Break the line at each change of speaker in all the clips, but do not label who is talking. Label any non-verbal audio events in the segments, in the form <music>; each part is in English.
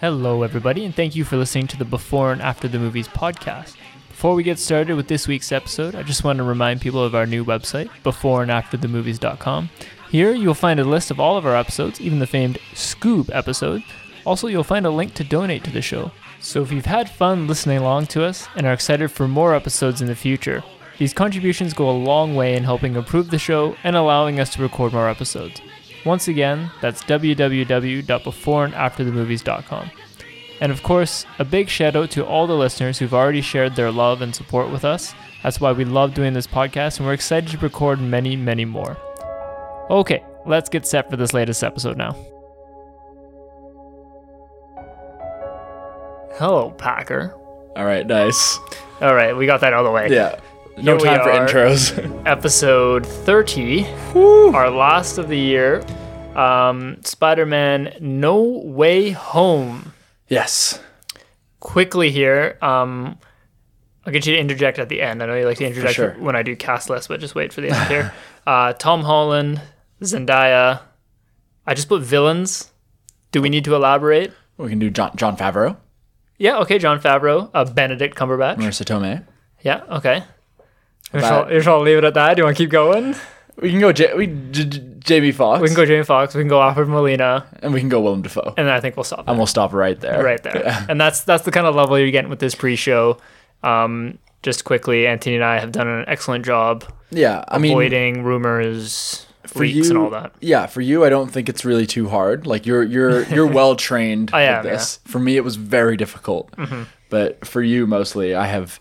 Hello, everybody, and thank you for listening to the Before and After the Movies podcast. Before we get started with this week's episode, I just want to remind people of our new website, beforeandafterthemovies.com. Here, you'll find a list of all of our episodes, even the famed Scoob episode. Also, you'll find a link to donate to the show. So, if you've had fun listening along to us and are excited for more episodes in the future, these contributions go a long way in helping improve the show and allowing us to record more episodes. Once again, that's www.beforeandafterthemovies.com. And of course, a big shout out to all the listeners who've already shared their love and support with us. That's why we love doing this podcast and we're excited to record many, many more. Okay, let's get set for this latest episode now. Hello, Packer.
All right, nice.
All right, we got that out of the way.
Yeah. No
Here we
time for
are.
<laughs> intros.
Episode 30, our last of the year. Um, Spider Man No Way Home.
yes.
Quickly here, um, I'll get you to interject at the end. I know you like to interject
sure.
when I do cast list, but just wait for the end here. Uh, Tom Holland, Zendaya. I just put villains. Do we need to elaborate?
We can do John, John Favreau,
Yeah, okay, John Favreau, uh, Benedict Cumberbatch.
Marissa Tomei.
Yeah, okay. You
About-
shall, you shall leave it at that. Do you want to keep going?
We can go J- we, J- J- Jamie Foxx.
We can go Jamie Foxx. We can go Alfred Molina,
And we can go Willem Dafoe.
and I think we'll stop
And we'll stop right there.
right there. And that's that's the kind of level you're getting with this pre-show. Um, just quickly, Anthony and I have done an excellent job
Yeah. I mean,
avoiding rumors,
for
leaks,
you,
and all that.
Yeah, for you, I don't think it's really too hard. Like
<laughs>
you're you're you're well trained
I am, Mm-hmm.
with this. For me, it was very difficult. But for you, mostly, I have.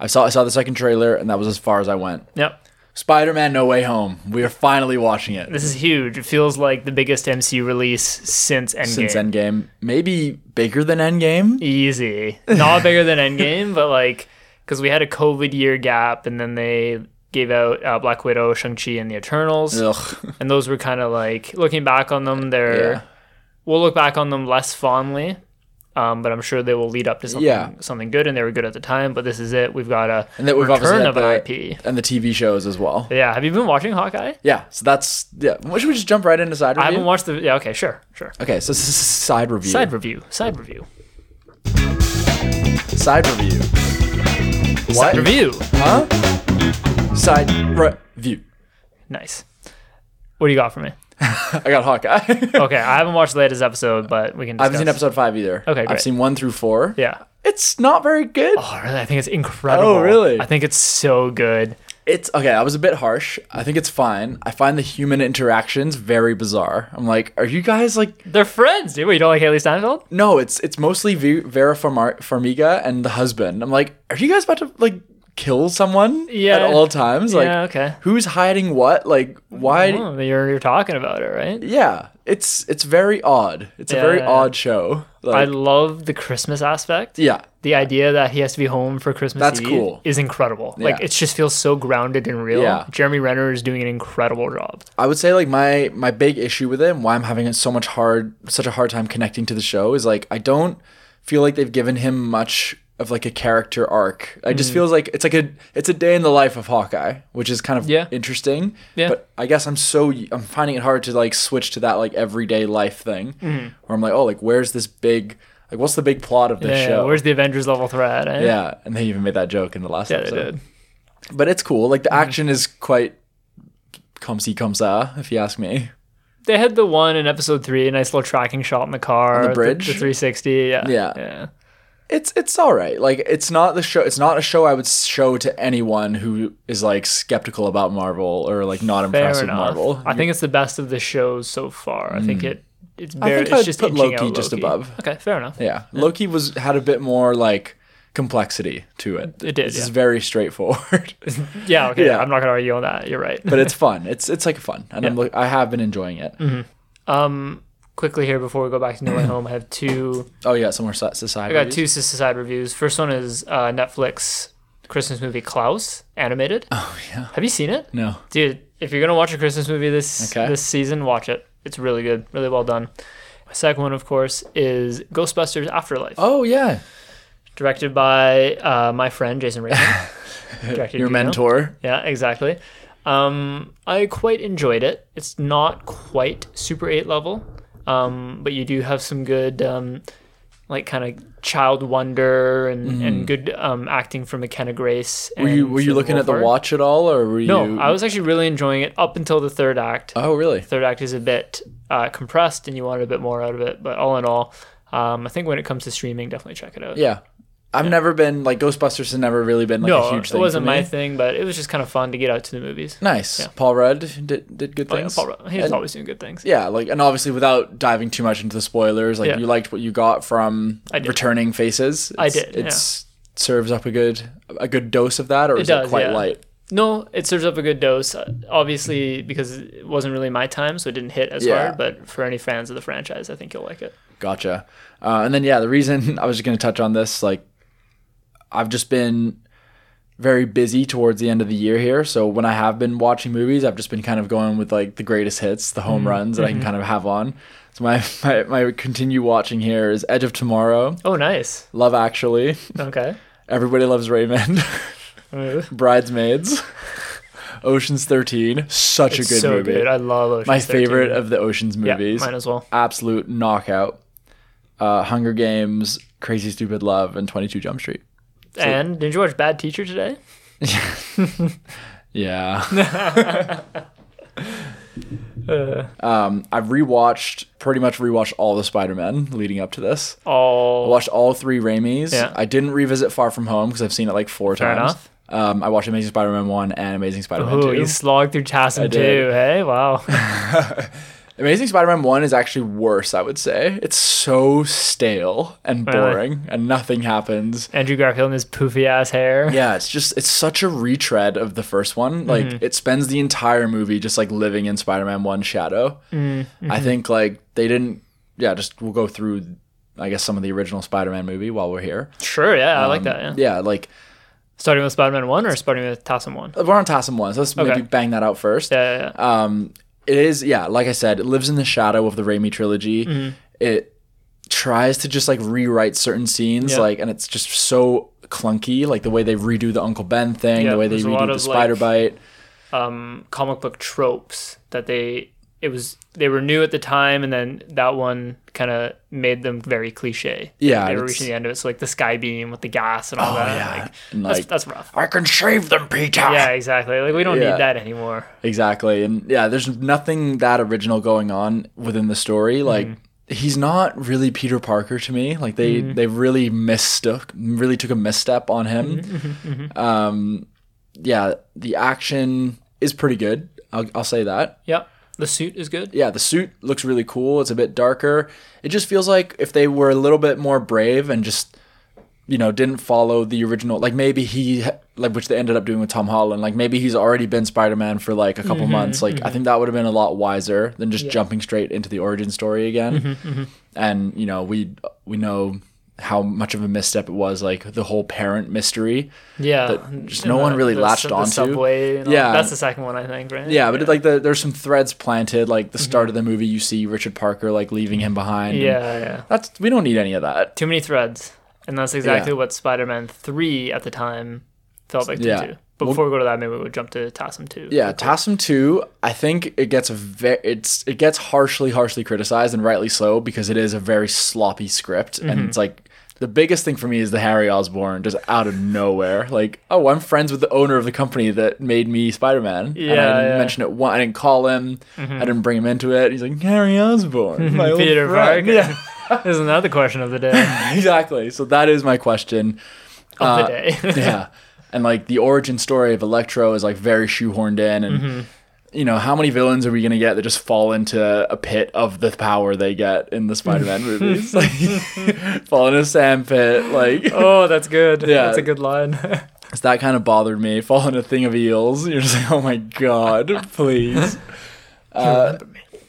I saw I saw the second trailer, and that was as far as I went.
Yep,
Spider-Man: No Way Home. We are finally watching it
this is huge. It feels like the biggest MCU release since Endgame.
since Endgame. Maybe bigger than Endgame.
Easy, not bigger than Endgame, <laughs> but like because we had a COVID year gap, and then they gave out uh, Black Widow, Shang Chi, and the Eternals.
Ugh.
and those were kind of like looking back on them they're
Yeah.
we'll look back on them less fondly um, but i'm sure they will lead up to something
Yeah.
something good and they were good at the time but this is it we've got a
And that we've
return
obviously
of
had
an
the,
ip
and the TV shows as well.
yeah have you been watching hawkeye
Yeah, so that's yeah. Well, Should we just jump right into side review?
i haven't watched the yeah okay sure sure
okay, so this is side review.
side review side review
Side review. What?
side review
Huh? Side review. <laughs>
nice what do you got for me
<laughs> I got
Oh,
Hawkeye.
okay i haven't watched the latest episode but we can discuss.
I haven't seen episode five either.
Okay, great.
I've seen one through four.
yeah
It's not very good.
oh really i think it's incredible
Oh, really?
i think it's so good
It's okay. I was a bit harsh. I think it's fine. I find the human interactions very bizarre. I'm like, are you guys like?
they're friends dude What, you don't like haley steinfeld
No, it's it's mostly v- Vera Farmar- Farmiga and the husband. I'm like, are you guys about to like kill someone
Yeah.
at all times? Like,
yeah okay
who's hiding what? Like, why?
Oh, you're, you're talking about it, right?
Yeah, it's it's very odd. It's a very
Yeah.
odd show.
I
Like,
love the Christmas aspect.
yeah,
The idea that he has to be home for Christmas
That's
Eve
cool.
is incredible. Like
Yeah.
it just feels so grounded and real.
Yeah.
Jeremy Renner is doing an incredible job.
I would say like my my big issue with it and why I'm having so much hard such a hard time connecting to the show is like I don't feel like they've given him much of like a character arc. I
Mm.
just feels like it's like a it's a day in the life of Hawkeye, which is kind of
Yeah.
interesting.
Yeah.
But I guess I'm so I'm finding it hard to like switch to that like everyday life thing
Mm-hmm.
where I'm like, oh, like where's this big like what's the big plot of this
Yeah,
show?
Where's the Avengers level threat? eh?
yeah, and they even made that joke in the last
Yeah, they
episode
did. Mm-hmm.
but it's cool. Like the action is quite comme ci comme ça, if you ask me.
They had the one in episode three, a nice little tracking shot in the car,
the
the-
bridge?
the, 360. Yeah,
Yeah.
yeah.
It's it's all right. Like it's not the show. It's not a show I would show to anyone who is like skeptical about Marvel or like not
Fair
impressed with
enough.
Marvel. Hmm.
I think it's the best of the shows so far. I think it it's
I
very
think
it's
I'd
just
put
inching
Loki
out
just
Loki.
above.
Okay, fair enough.
Yeah, Loki was had a bit more like complexity to it.
It did,
This is
yeah.
very straightforward, <laughs>
Yeah, okay.
Yeah.
I'm not gonna argue on that. You're right.
but it's fun. It's it's like fun, and I'm like I have been enjoying it.
Mm-hmm. Um, quickly here before we go back to
<clears throat>
No Way Home, I have two.
Oh yeah, some more so- society.
I got two Sister Side reviews. First one is uh, Netflix Christmas movie Klaus animated.
Oh yeah.
Have you seen it,
No.
dude? If you're gonna watch a Christmas movie this
Okay.
this season, watch it. It's really good, really well done. My second one, of course, is Ghostbusters Afterlife,
Oh yeah.
directed by uh, my friend Jason
<laughs>
Reitman. Directed
Your
you know.
mentor.
Yeah, exactly. Um, I quite enjoyed it. It's not quite Super 8 level, um, but you do have some good um, like kind of child wonder and, and good um, acting from McKenna Grace.
Mm-hmm. Were you
and
were you
Finn
looking at the
Wolfhard.
watch at all, or were
No,
you?
I was actually really enjoying it up until the third act.
Oh, really?
third act is a bit uh, compressed and you wanted a bit more out of it. But all in all, um, I think when it comes to streaming, definitely check it out.
Yeah. I've never been like Ghostbusters has never really been like a
no,
huge
it
thing.
wasn't
for me.
my thing, but it was just kind of fun to get out to the movies.
Nice. Paul Rudd did, did good
Oh, yeah,
things.
Paul Rudd, he's
And-
always doing good things.
yeah, like and obviously without diving too much into the spoilers, like
Yeah.
you liked what you got from
I did.
returning faces.
I
It's-
did,
It's serves up a good a good dose of that, or is it
does,
quite
yeah.
light?
No, it serves up a good dose, uh, obviously because it wasn't really my time, so it didn't hit as
Yeah.
hard. But for any fans of the franchise, I think you'll like it.
Gotcha. Uh, and then yeah, the reason <laughs> I was just gonna touch on this, like I've just been very busy towards the end of the year here. So when I have been watching movies, I've just been kind of going with like the greatest hits, the
Mm-hmm.
home runs that I can kind of have on. So my, <laughs> my my continue watching here is Edge of Tomorrow,
Oh, nice.
Love Actually, <laughs>
Okay.
Everybody Loves Raymond, <laughs>
Ooh.
Bridesmaids, <laughs> Ocean's Thirteen. Such
It's
a good
so
movie.
good. I love Ocean's
my
13.
favorite of the Ocean's movies
Yeah, mine as well.
absolute knockout. Uh, Hunger Games, Crazy Stupid Love, and 22 Jump Street.
and did you watch Bad Teacher today?
Yeah.
<laughs> Uh,
um, I've rewatched, pretty much rewatched all the Spider-Man leading up to this. I
all
watched all three Raimis.
Yeah.
I didn't revisit Far From Home because I've seen it like four
Fair
times.
enough.
Um, I watched Amazing Spider-Man 1 and Amazing Spider-Man
Ooh,
2.
you slogged through Tassim too.
did.
Hey,
<laughs>
wow.
Amazing Spider-Man 1 is actually worse, I would say. It's so stale and
Really?
boring and nothing happens.
Andrew Garfield and his poofy ass hair.
Yeah, it's just it's such a retread of the first one. Like
Mm-hmm.
it spends the entire movie just like living in Spider-Man 1 shadow.
Mm-hmm.
I think like they didn't yeah, just we'll go through I guess some of the original Spider-Man movie while we're here.
Sure, yeah, I
Um,
like that. Yeah.
Yeah, like
Starting with Spider Man 1 or starting with Tassim 1?
we're on Tassim 1, so let's
Okay.
maybe bang that out first.
Yeah, yeah, yeah.
Um it is yeah, like I said, it lives in the shadow of the Raimi trilogy.
Mm-hmm.
It tries to just like rewrite certain scenes
Yeah.
like and it's just so clunky like the way they redo the Uncle Ben thing,
Yeah,
the way they
there's a lot
redo the
of, like,
spider bite.
um, comic book tropes that they it was they were new at the time and then that one kind of made them very cliche
Yeah,
they were
it's- Oh,
reaching the end of it so like the sky beam with the gas and all that like,
And,
that's,
like,
that's rough
I can save them, Peter.
yeah exactly like we don't
Yeah.
need that anymore
Exactly. And yeah, there's nothing that original going on within the story. Like he's not really Peter Parker to me. Like they they really mistook really took a misstep on him. Um yeah, the action is pretty good. I'll, I'll say that.
yeah the suit is good
Yeah, the suit looks really cool. It's a bit darker. It just feels like if they were a little bit more brave and just you know didn't follow the original like maybe he like which they ended up doing with Tom Holland like maybe he's already been Spider-Man for like a couple months like I think that would have been a lot wiser than just jumping straight into the origin story again and you know we we know how much of a misstep it was like the whole parent mystery
yeah
That just
And
no one really latched
the
onto.
subway and all-
Yeah.
that's the second one i think right
yeah, but it, like the, there's some threads planted. Like the start of the movie, you see Richard Parker like leaving him behind. and
yeah yeah
that's we don't need any of that.
too many threads and that's exactly
Yeah.
what spider-man 3 at the time felt like to
Yeah.
do but before we go to that maybe we'll jump to tassim 2
Yeah, Tassim two. I think it gets a very it's it gets harshly harshly criticized and rightly so because it is a very sloppy script and it's like the biggest thing for me is the Harry Osborn just out of nowhere. Like oh, I'm friends with the owner of the company that made me Spider Man.
Yeah,
and I didn't
yeah.
mention it. One, I didn't call him. I didn't bring him into it. He's like Harry
<laughs>
Osborn, my old
Peter
friend."
Parker.
<laughs> Yeah,
<laughs> There's another question of the
<laughs>
day.
exactly. So that is my question.
Of the day.
Uh, <laughs>
<laughs>
yeah and like the origin story of electro is like very shoehorned in and
Mm-hmm.
you know how many villains are we going to get that just fall into a pit of the power they get in the spider-man movies like <laughs> fall in a sand pit like
<laughs> oh, that's good.
Yeah.
That's a good line. <laughs>
so that kind of bothered me fall in a thing of eels you're just like oh my god please uh,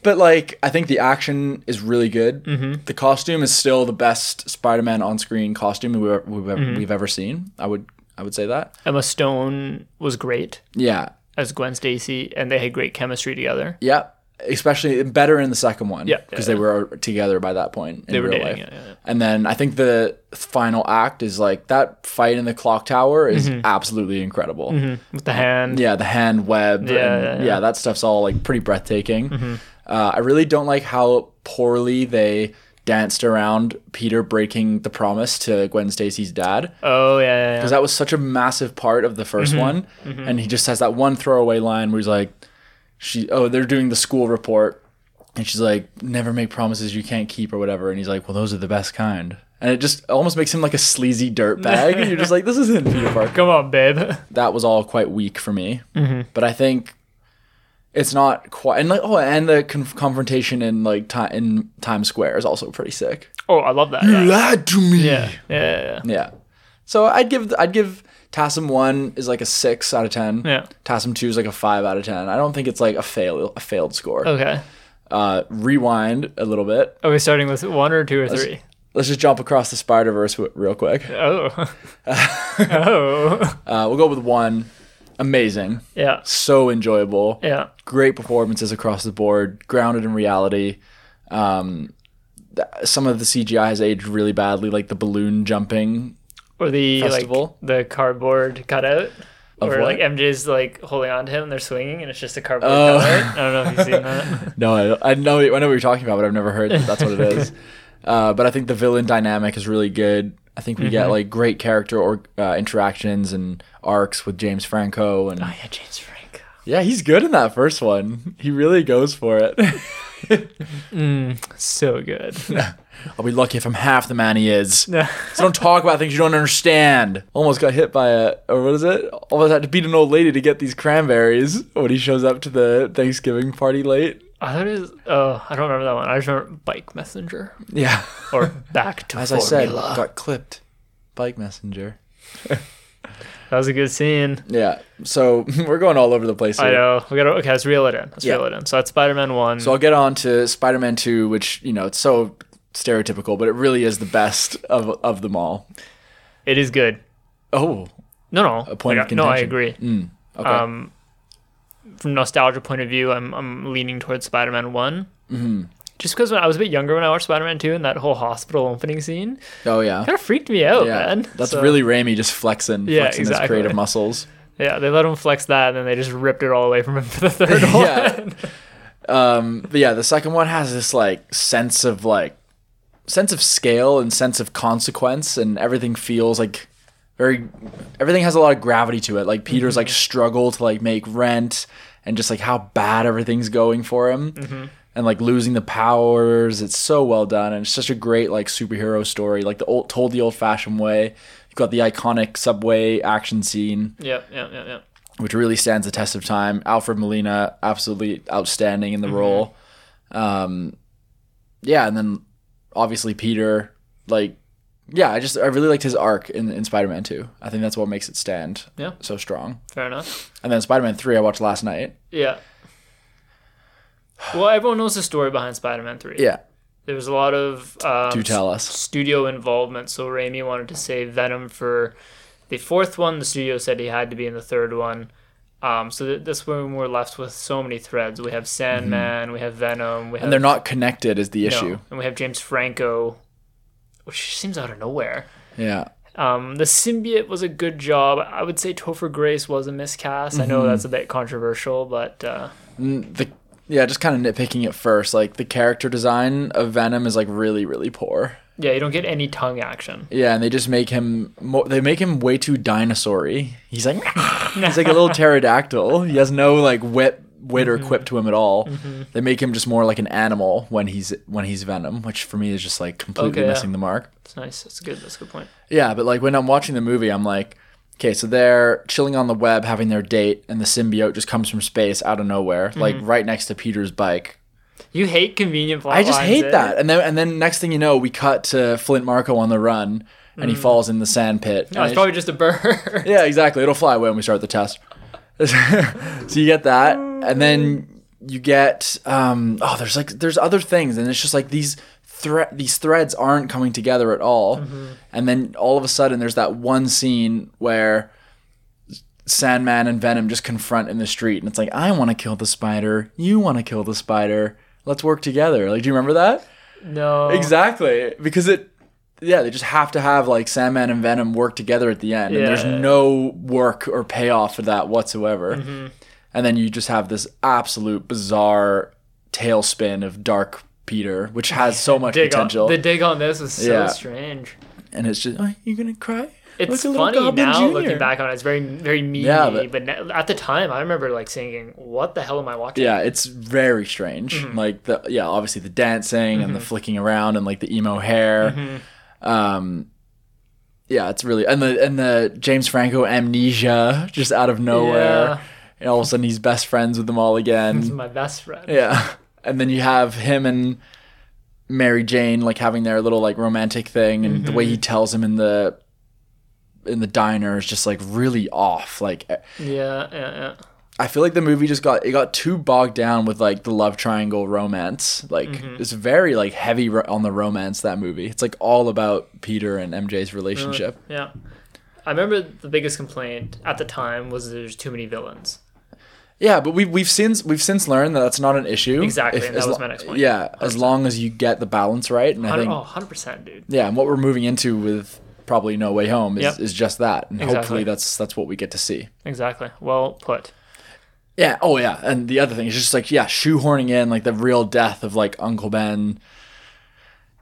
but like i think the action is really good
Mm.
the costume is still the best spider-man on-screen costume we've, ever- we've, ever we've ever seen i would i would say that
Emma Stone was great
yeah
as Gwen Stacy, and they had great chemistry together.
Yeah, especially better in the second one.
Yeah.
because they were together by that point. In
They were
real
dating,
life.
yeah, yeah, yeah.
And then I think the final act is like that fight in the clock tower is
Mm-hmm.
absolutely incredible.
With the hand.
Yeah, the hand web. Yeah,
Mm-hmm. yeah, yeah. Mm-hmm.
yeah, that stuff's all like pretty breathtaking. Uh, I really don't like how poorly they danced around Peter breaking the promise to Gwen Stacy's dad
Oh yeah, yeah, yeah.
because that was such a massive part of the 1st one, and he just has that one throwaway line where he's like, "She, oh, they're doing the school report," and she's like, "Never make promises you can't keep" or whatever, and he's like, "Well, those are the best kind." And it just almost makes him like a sleazy dirt bag. and you're just like, this isn't Peter <laughs> Parker
Come on, babe. <laughs>
that was all quite weak for me. But I think it's not quite. And like, oh, and the conf- confrontation in like ti- in Times Square is also pretty sick.
Oh, I love that. Yeah,
lied to me.
yeah, yeah. yeah.
Yeah. So I'd give I'd give Tassim one is like a six out of ten.
Yeah.
Tassim two is like a five out of ten. I don't think it's like a fail a failed score.
Okay.
Uh, rewind a little bit.
Are we starting with one or two or three?
Let's just jump across the Spider Verse w- real quick. <laughs>
Oh. oh.
Uh, we'll go with one. Amazing.
<laughs> Yeah.
So enjoyable.
Yeah.
great performances across the board, grounded in reality. Um, th- some of the CGI has aged really badly, like the balloon jumping.
Or the
Festival?
like the cardboard cutout. Or
what?
like MJ's like holding on to him, they're swinging, and it's just a cardboard
Oh.
cutout. I don't know if you've seen
<laughs>
that.
No, I, I know, I know what you're talking about, but I've never heard that that's what it is. uh, but I think the villain dynamic is really good. I think we get like great character or uh, interactions and arcs with James Franco, and
Oh, yeah, James Franco.
yeah, he's good in that first one. He really goes for it.
Mm, So good.
<laughs> I'll be lucky if I'm half the man he is.
Yeah.
So don't talk about things you don't understand. Almost got hit by a, or what is it? Almost had to beat an old lady to get these cranberries when he shows up to the Thanksgiving party late.
I thought it was. Oh, I don't remember that one. I just remember Bike Messenger
Yeah.
or Back to
As
Formula.
I said, got clipped. Bike messenger.
that was a good scene.
Yeah. So <laughs> we're going all over the place here.
I know. We gotta okay. Let's reel it in. Let's
Yeah.
reel it in. So that's Spider Man one.
So I'll get on to Spider Man 2, which, you know, it's so stereotypical, but it really is the best of, of them all.
it is good.
Oh.
No, no.
A point
Like,
of
No, I
contention.
agree.
Okay.
Um, from nostalgia point of view, I'm I'm leaning towards Spider Man one. Mm-hmm. Just because when I was a bit younger when I watched Spider Man two and that whole hospital opening scene
oh, yeah.
kind of freaked me out,
Yeah.
man.
That's
So-
really Raimi just flexing,
Yeah,
flexing
exactly.
his creative muscles.
yeah. They let him flex that and then they just ripped it all away from him for the
<laughs>
third one.
Yeah. um but yeah the second one has this like sense of like sense of scale and sense of consequence and everything feels like very everything has a lot of gravity to it like peter's like struggle to like make rent and just like how bad everything's going for him and like losing the powers it's so well done and it's such a great like superhero story like the old told the old fashioned way you've got the iconic subway action scene
Yep, yep, yep, yep.
which really stands the test of time. Alfred Molina, absolutely outstanding
Mm-hmm.
in the role. Um, yeah, and then obviously Peter, like, yeah, I just I really liked his arc in, in Spider Man Two. I think that's what makes it stand
Yeah.
so strong.
Fair enough.
And then Spider Man Three, I watched last night.
Yeah. Well, everyone knows the story behind Spider Man three.
Yeah,
There was a lot of um,
do tell us.
studio involvement. So Raimi wanted to save Venom for the fourth one. The studio said he had to be in the third one. Um, so th- this one we're left with so many threads. We have Sandman, we have Venom, we have
Mm-hmm. And they're not connected is the
no,
issue.
and we have James Franco, which seems out of nowhere.
Yeah,
Um, the symbiote was a good job. I would say Topher Grace was a miscast. I
Mm-hmm.
know that's a bit controversial, but uh,
Mm, the yeah, just kind of nitpicking it first. Like the character design of Venom is like really really poor.
yeah, you don't get any tongue action.
Yeah, and they just make him mo- they make him way too dinosaur-y. He's like <laughs> he's like a little pterodactyl. He has no like wit wit
Mm-hmm.
or quip to him at all. They make him just more like an animal when he's when he's Venom, which for me is just like completely
Okay, yeah.
missing the mark.
That's nice. That's good. That's a good point.
Yeah, but like when I'm watching the movie, I'm like, okay, so they're chilling on the web having their date and the symbiote just comes from space out of nowhere,
Mm-hmm.
like right next to Peter's bike.
You hate convenient plot
I just
lines, eh?
hate that. And then and then next thing you know, we cut to Flint Marco on the run and he falls in the sand pit.
Mm. No,
And
it's
it's-
probably just a bird.
<laughs> Yeah, exactly. It'll fly away when we start the test. <laughs> so you get that, and then you get um, oh, there's like there's other things, and it's just like these thre- these threads aren't coming together at all, and then all of a sudden there's that one scene where Sandman and Venom just confront in the street, and it's like I want to kill the spider, you want to kill the spider, let's work together. Like, do you remember that?
No.
Exactly, because it. Yeah, they just have to have like Sandman and Venom work together at the end, and there's
Yeah.
no work or payoff for that whatsoever.
Mm-hmm.
And then you just have this absolute bizarre tailspin of dark Peter, which has so much
dig on,
potential.
the dig on this is so
Yeah.
strange.
and it's just, oh, you're gonna cry.
It's
Look at little
funny
Goblin
now looking
Jr..
back on it. It's very very mean,
Yeah,
but, na- at the time I remember like thinking, "What the hell am I watching?"
Yeah, it's very strange. Like the yeah, obviously the dancing and the flicking around and like the emo hair. Um, yeah, it's really and the and the James Franco amnesia just out of nowhere.
Yeah.
And all of a sudden he's best friends with them all again.
<laughs> He's my best friend.
Yeah. And then you have him and Mary Jane like having their little like romantic thing and the way he tells him in the in the diner is just like really off. Like
yeah, yeah.
I feel like the movie just got it got too bogged down with like the love triangle romance. Like
Mm-hmm.
it's very like heavy ro- on the romance that movie. It's like all about Peter and MJ's relationship.
Yeah. I remember the biggest complaint at the time was there's too many villains.
Yeah, but we've we've since we've since learned that that's not an issue.
Exactly, and that
as
was my next point.
Yeah, as long as you get the balance right, and I
100,
think
oh, 100%, dude.
yeah, and what we're moving into with probably No Way Home is,
Yep.
is just that, and
Exactly.
hopefully that's that's what we get to see.
Exactly. Well put.
Yeah. Oh, yeah. And the other thing is just like yeah, shoehorning in like the real death of like Uncle Ben,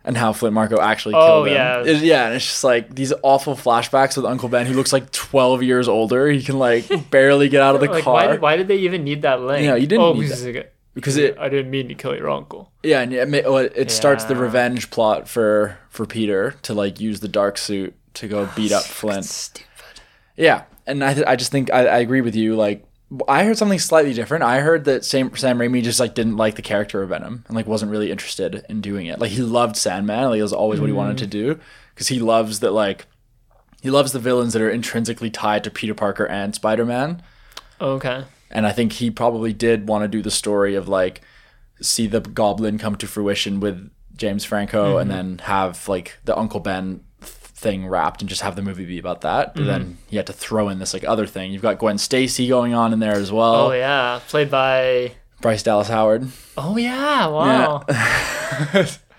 and how Flint Marco actually
Oh,
killed him.
yeah.
It- yeah. And it's just like these awful flashbacks with Uncle Ben, who looks like twelve years older. He can
<laughs>
like barely get out of the
Like,
car
why did, why did they even need that link?
Yeah, you didn't
Oh,
need
because it's like,
because it
I didn't mean to kill your uncle.
yeah, and it, ma- well, it starts the
Yeah.
revenge plot for for Peter to like use the dark suit to go beat up Flint.
Stupid.
Yeah, and I, th- I just think I, I agree with you. Like, I heard something slightly different. I heard that Sam Sam Raimi just like didn't like the character of Venom and like wasn't really interested in doing it. Like, he loved Sandman. Like, it was always what he wanted to do because he loves that. Like, he loves the villains that are intrinsically tied to Peter Parker and Spider Man.
Okay.
And I think he probably did want to do the story of like see the Goblin come to fruition with James Franco,
Mm-hmm.
and then have like the Uncle Ben th- thing wrapped, and just have the movie be about that. But
Mm-hmm.
then you had to throw in this like other thing. You've got Gwen Stacy going on in there as well.
Oh, yeah. Played by.
Bryce Dallas Howard.
Oh, yeah. Wow.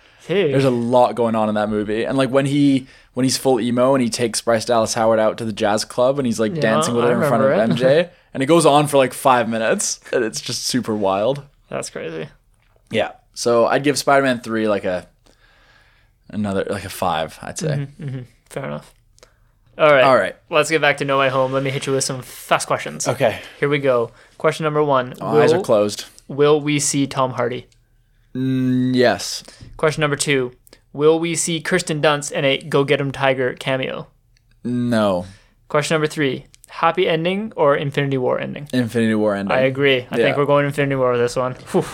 <laughs> Dude.
There's a lot going on in that movie, and like when he when he's full emo and he takes Bryce Dallas Howard out to the jazz club and he's like dancing with
I
her in front of
remember
MJ, and it goes on for like five minutes, and it's just super wild.
That's crazy.
Yeah. So I'd give Spider Man three like a another like a five, I'd say.
Mm-hmm. Fair enough. All right.
All right.
Let's get back to No Way Home. Let me hit you with some fast questions.
Okay.
Here we go. Question number one.
My eyes are
Will-
closed.
Will we see Tom Hardy?
Mm, yes.
Question number two. Will we see Kirsten Dunst in a Go Get 'em Tiger cameo?
No.
Question number three. Happy ending or Infinity War ending?
Infinity War ending.
I agree. I
Yeah.
think we're going Infinity War with this one. Whew.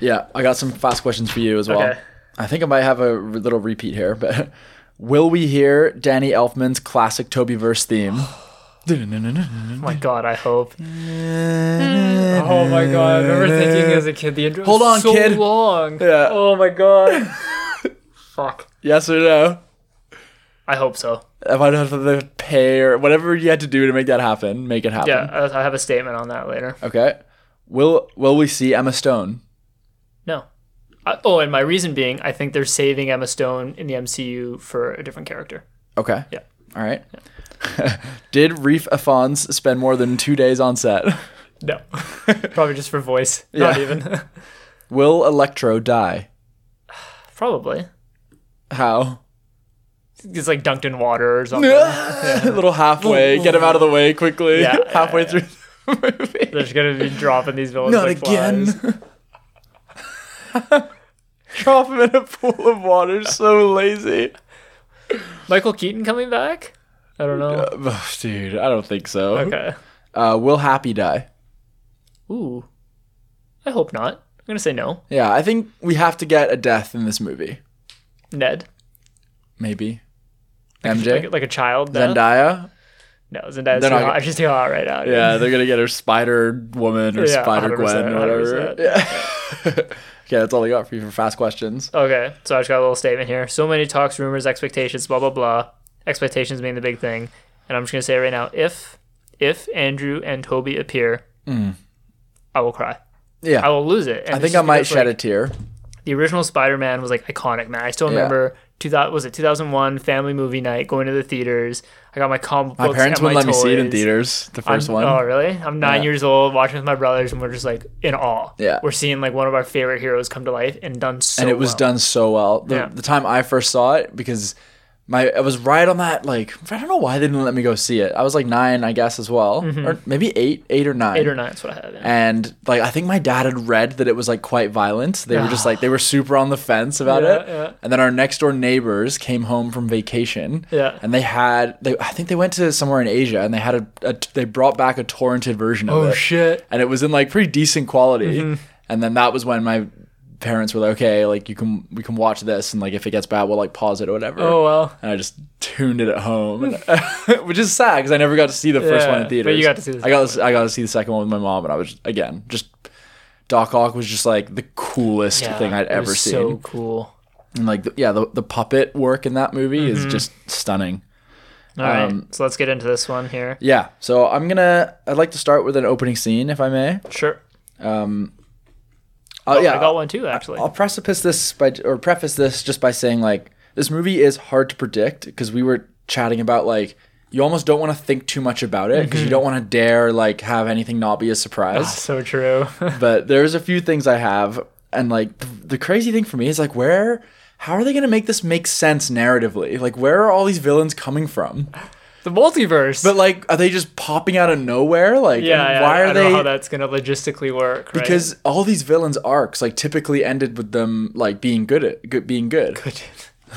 yeah. I got some fast questions for you as well.
Okay.
I think I might have a r- little repeat here, but <laughs> will we hear Danny Elfman's classic Toby verse theme?
Oh my god, I hope. Oh my god, I remember thinking as a kid the intro
Hold on,
so
kid.
long.
Yeah.
Oh my
<laughs>
god. Fuck.
<gasps> yes or no?
I hope so.
If I don't have to pay or whatever you had to do to make that happen, make it happen.
Yeah, I I have a statement on that later.
Okay. Will Will we see Emma Stone?
No. I, oh, and my reason being, I think they're saving Emma Stone in the MCU for a different character.
Okay.
Yeah.
All right. <laughs> Did Reef Afons spend more than two days on set?
No. <laughs> Probably just for voice. Not
Yeah.
even. <laughs>
Will Electro die?
Probably.
<laughs> How?
It's like dunked in water or something.
A little halfway. Get him out of the way quickly.
Yeah, yeah,
<laughs> halfway through <laughs> the movie.
They're just gonna be dropping these villains.
Not
like
again.
Flies.
<laughs> Drop him in a pool of water. So lazy.
Michael Keaton coming back? I don't know.
Uh, <sighs> Dude, I don't think so.
Okay.
Uh, will Happy die?
Ooh. I hope not. I'm gonna say no.
Yeah, I think we have to get a death in this movie.
Ned.
Maybe.
Like,
MJ?
like a child. death?
Zendaya?
No, Zendaya's too
They're not-
hot. She's too hot right now. dude.
Yeah, they're gonna get her Spider Woman or
Yeah,
Spider
100%,
Gwen or whatever.
100%.
Yeah. <laughs> okay, that's all I got for you for fast questions.
Okay, so I just got a little statement here. So many talks, rumors, expectations, blah blah blah. Expectations being the big thing, and I'm just gonna say right now, if if Andrew and Toby appear, I will cry.
Hmm. Yeah.
I will lose it.
I think I might shed a tear.
The original Spider-Man was like iconic, man. I still remember two thousand was it two thousand one family movie night going to the theaters. I got my comic
My
books.
parents
and my
wouldn't let me see it in
toys.
theaters. The 1st
I'm-
one.
Oh, really? I'm nine
Yeah.
years old, watching with my brothers, and we're just like in awe.
Yeah.
we're seeing like one of our favorite heroes come to life and done so.
and it was
well.
done so well. The,
Yeah.
the time I first saw it, because my I was right on that like I don't know why they didn't let me go see it. I was like nine, I guess, as well,
Mm-hmm.
or maybe eight, eight or nine.
Eight or nine is what I had. yeah.
And like I think my dad had read that it was like quite violent. They were just like
<sighs>
they were super on the fence about
Yeah,
it.
yeah.
And then our next door neighbors came home from vacation.
Yeah.
And they had they I think they went to somewhere in Asia and they had a, a they brought back a torrented version of it
Oh shit! Mm-hmm.
and it was in like pretty decent quality. And then that was when my parents were like, "Okay, like you can we can watch this, and like if it gets bad, we'll like pause it or whatever."
Oh well.
And I just tuned it at home, and- <laughs> which is sad because I never got to see the first
Yeah,
one in
but
theaters.
you got to see the
I got I got to see the second one with my mom, and I was again just Doc Ock was just like the coolest
Yeah,
thing I'd
it was
ever seen.
So cool.
and like the, yeah, the the puppet work in that movie
Mm-hmm.
is just stunning.
All right,
Um,
so let's get into this one here.
Yeah, so I'm gonna I'd like to start with an opening scene if I may.
Sure.
Oh, yeah,
I got one too, actually. <laughs>
I'll precipice this by or preface this just by saying like this movie is hard to predict because we were chatting about like you almost don't want to think too much about it
Mm-hmm.
because you don't want to dare like have anything not be a surprise.
so true. <laughs>
but there's a few things I have and like the, the crazy thing for me is like where how are they going to make this make sense narratively? Like where are all these villains coming from?
the multiverse.
But like are they just popping out of nowhere? Like
yeah,
and
yeah,
why
I
are
don't
they
know how that's gonna logistically work. Right?
because all these villains arcs like typically ended with them like being good at good being good.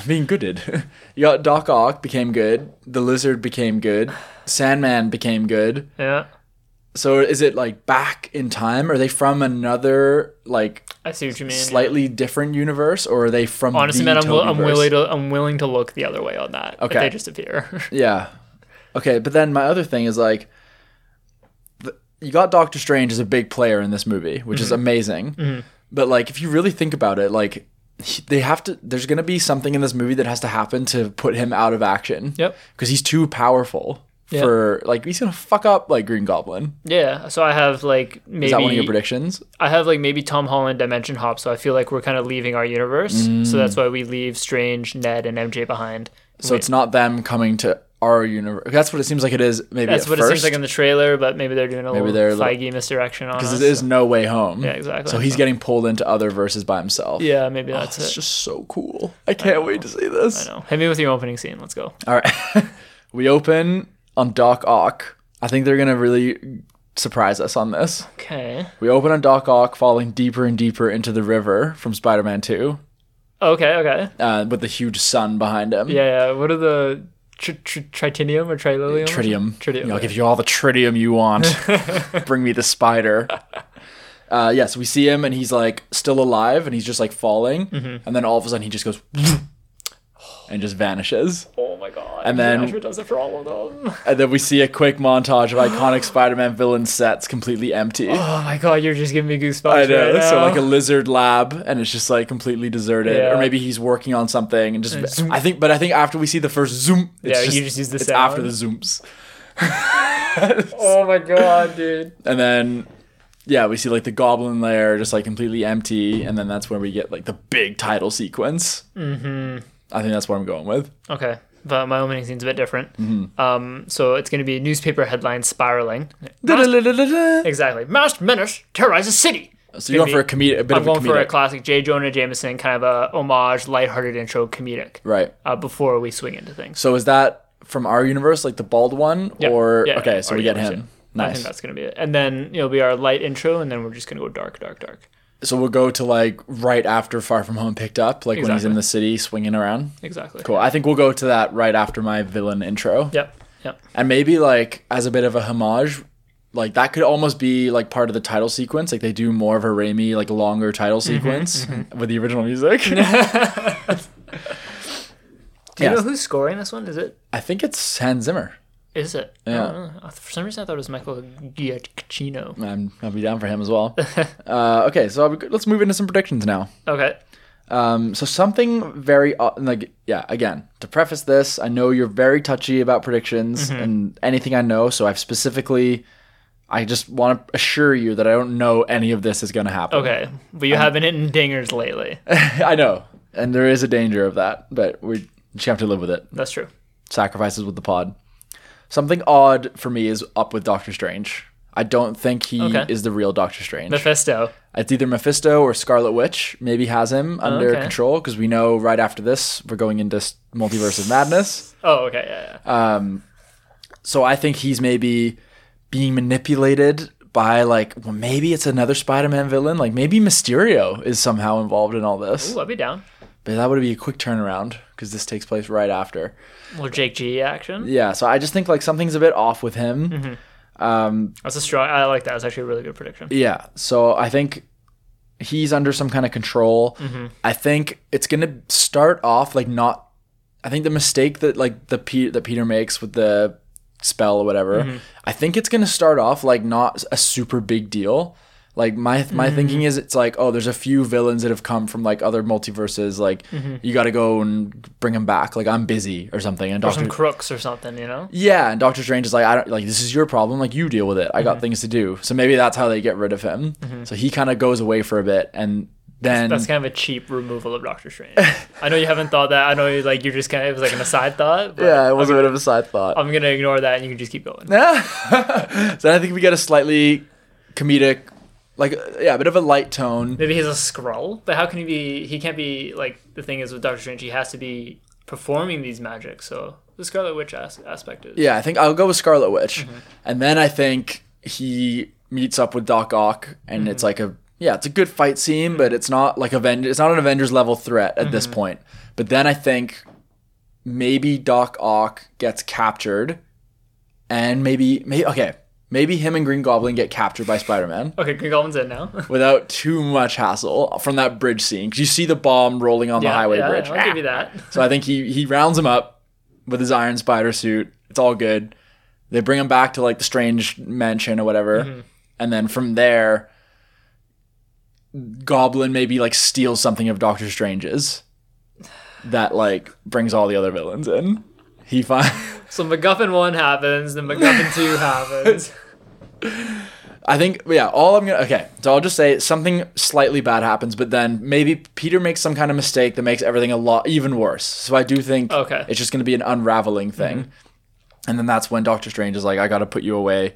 being gooded. <laughs> you got Doc Ock became good. The Lizard became good. Sandman became good.
<laughs> yeah,
So is it like back in time? Are they from another like
I see what you mean.
slightly different universe, or are they from
Honestly,
the
man, I'm, wi- I'm
Tobyverse?
willing to I'm willing to look the other way on that. if
Okay.
they just <laughs> appear.
Yeah. Okay, but then my other thing is like, th- you got Doctor Strange as a big player in this movie, which is
Mm-hmm.
amazing. But like, if you really think about it, like, he- they have to. There's gonna be something in this movie that has to happen to put him out of action.
Yep.
Because he's too powerful
Yeah.
for like he's gonna fuck up like Green Goblin.
yeah. So I have like maybe
Is that one of your predictions?
I have like maybe Tom Holland dimension hop. So I feel like we're kind of leaving our universe. So
Mm.
that's why we leave Strange, Ned, and MJ behind.
So it's not them coming to our universe. That's what it seems like it is. Maybe
That's
at
what
first,
it seems like in the trailer, but maybe they're doing a
Maybe they're a
little
little-
feige misdirection on us.
because it is no way home.
Yeah, exactly.
So he's getting pulled into other verses by himself.
yeah, maybe that's
It's
it.
just so cool. I can't wait to see this.
I know. Hit me with your opening scene. Let's go.
All right. <laughs> we open on Doc Ock. I think they're going to really surprise us on this.
Okay.
We open on Doc Ock falling deeper and deeper into the river from Spider Man 2
Okay. Okay.
uh, with the huge sun behind him.
Yeah. yeah. What are the tr- tr- tritinium or trililium?
Tritium.
Tritium.
I'll give you all the tritium
<laughs>
you want. Bring me the spider. Uh, yes, we see him and he's like still alive and he's just like falling.
Mm-hmm.
And then all of a sudden he just goes <laughs> and just vanishes.
Oh my god.
And then-
Joshua does it for all of
<sighs>
them.
And then we see a quick montage of
<gasps>
iconic Spider-Man villain sets completely empty.
Oh my god, you're just giving me goosebumps.
I know.
Right
so
now.
like a lizard lab, and it's just like completely deserted,
Yeah.
or maybe he's working on something and just.
zoom.
I think, but I think after we see the first zoom, it's
Yeah,
just,
you just use the
it's
sound.
after the zooms,
oh my god, dude.
and then yeah, we see like the goblin lair just like completely empty, and then that's where we get like the big title sequence. Mm-hmm. I think that's what I'm going with.
Okay, but my opening scene's a bit different.
Mm-hmm.
Um, so it's going to be newspaper headline spiraling.
So
Exactly. Masked menace terrorizes city.
you're going for a comedic, a bit
I'm
of a
going for a
comedic,
classic J. Jonah Jameson kind of a homage, lighthearted intro, comedic.
right?
Uh, before we swing into things,
So is that from our universe, like the bald one,
Yeah,
or
yeah,
okay? So
our
we get
universe,
him.
I think
Nice.
that's going to be it. And then it'll be our light intro, and then we're just going to go dark, dark, dark.
So we'll go to like right after Far From Home picked up, like when he's in
Exactly.
the city swinging around.
Exactly.
Cool. I think we'll go to that right after my villain intro,
Yep. Yep.
and maybe like as a bit of a homage, like that could almost be like part of the title sequence. Like they do more of a Raimi like longer title sequence with the original music.
Do you
Yes.
know who's scoring this one? Is it
I think it's Hans Zimmer.
Is it?
Yeah.
I don't know. I- For some reason, I thought it was Michael Giacchino.
I'm, I'll be down for him as well. uh, okay, so I'll be, let's move into some predictions now.
Okay.
Um, so something very uh, like yeah. Again, to preface this, I know you're very touchy about predictions and anything I know. So I've specifically, I just want to assure you that I don't know any of this is going to happen.
Um, <laughs> Okay. But you have been hitting dingers lately.
I know. and there is a danger of that, but we just have to live with it.
That's true.
Sacrifices with the pod. Something odd for me is up with Doctor Strange. I don't think he
Okay.
is the real Doctor Strange.
Mephisto.
it's either Mephisto or Scarlet Witch. Maybe has him under
Oh, okay.
control because we know right after this we're going into s- multiverse of madness.
Oh, okay. Yeah, yeah.
So I think he's maybe being manipulated by like, well, maybe it's another Spider-Man villain. Like maybe Mysterio is somehow involved in all this.
Ooh, I'd be down.
But that would be a quick turnaround because this takes place right after.
Little Jake G action.
Yeah, so I just think like something's a bit off with him.
That's a strong. I like that. That's actually a really good prediction.
Yeah, so I think he's under some kind of control. I think it's gonna start off like not. I think the mistake that like the Pe- that Peter makes with the spell or whatever. I think it's gonna start off like not a super big deal. Like my my thinking is it's like oh there's a few villains that have come from like other multiverses like you got to go and bring them back like I'm busy or something and Doctor
Some crooks or something, you know?
Yeah, and Doctor Strange is like, I don't like this is your problem. Like you deal with it. I
Mm-hmm.
got things to do. So maybe that's how they get rid of him. So he kind of goes away for a bit, and then
That's kind of a cheap removal of Doctor Strange. I know you haven't thought that. I know you like you're just kind of it was like an aside thought. But
yeah, it was a bit of a side thought.
I'm gonna ignore that and you can just keep going.
<laughs> so I think we get a slightly comedic, like uh, yeah, a bit of a light tone.
Maybe he's a scroll, but how can he be? He can't be like the thing is with Doctor Strange. He has to be performing these magic. So the Scarlet Witch as- aspect is
Yeah, I think I'll go with Scarlet Witch,
Mm-hmm.
and then I think he meets up with Doc Ock, and
Mm-hmm.
it's like a yeah, it's a good fight scene, but it's not like Avengers. It's not an Avengers level threat at
Mm-hmm.
this point. But then I think maybe Doc Ock gets captured, and maybe maybe okay, maybe him and Green Goblin get captured by
<laughs>
Spider Man
okay. Green Goblin's in now.
without too much hassle from that bridge scene because you see the bomb rolling on the highway
<laughs> yeah,
bridge.
I'll give you that.
So I think he he rounds him up with his Iron Spider suit. It's all good. They bring him back to like the strange mansion or whatever, and then from there, Goblin maybe like steals something of Doctor Strange's that like brings all the other villains in. He <laughs> finds.
So MacGuffin one happens, then MacGuffin two
<laughs>
happens.
I think yeah. All I'm gonna okay. So I'll just say something slightly bad happens, but then maybe Peter makes some kind of mistake that makes everything a lot even worse. So I do think
Okay. Mm-hmm.
it's just gonna be an unraveling thing, and then that's when Doctor Strange is like, I gotta put you away,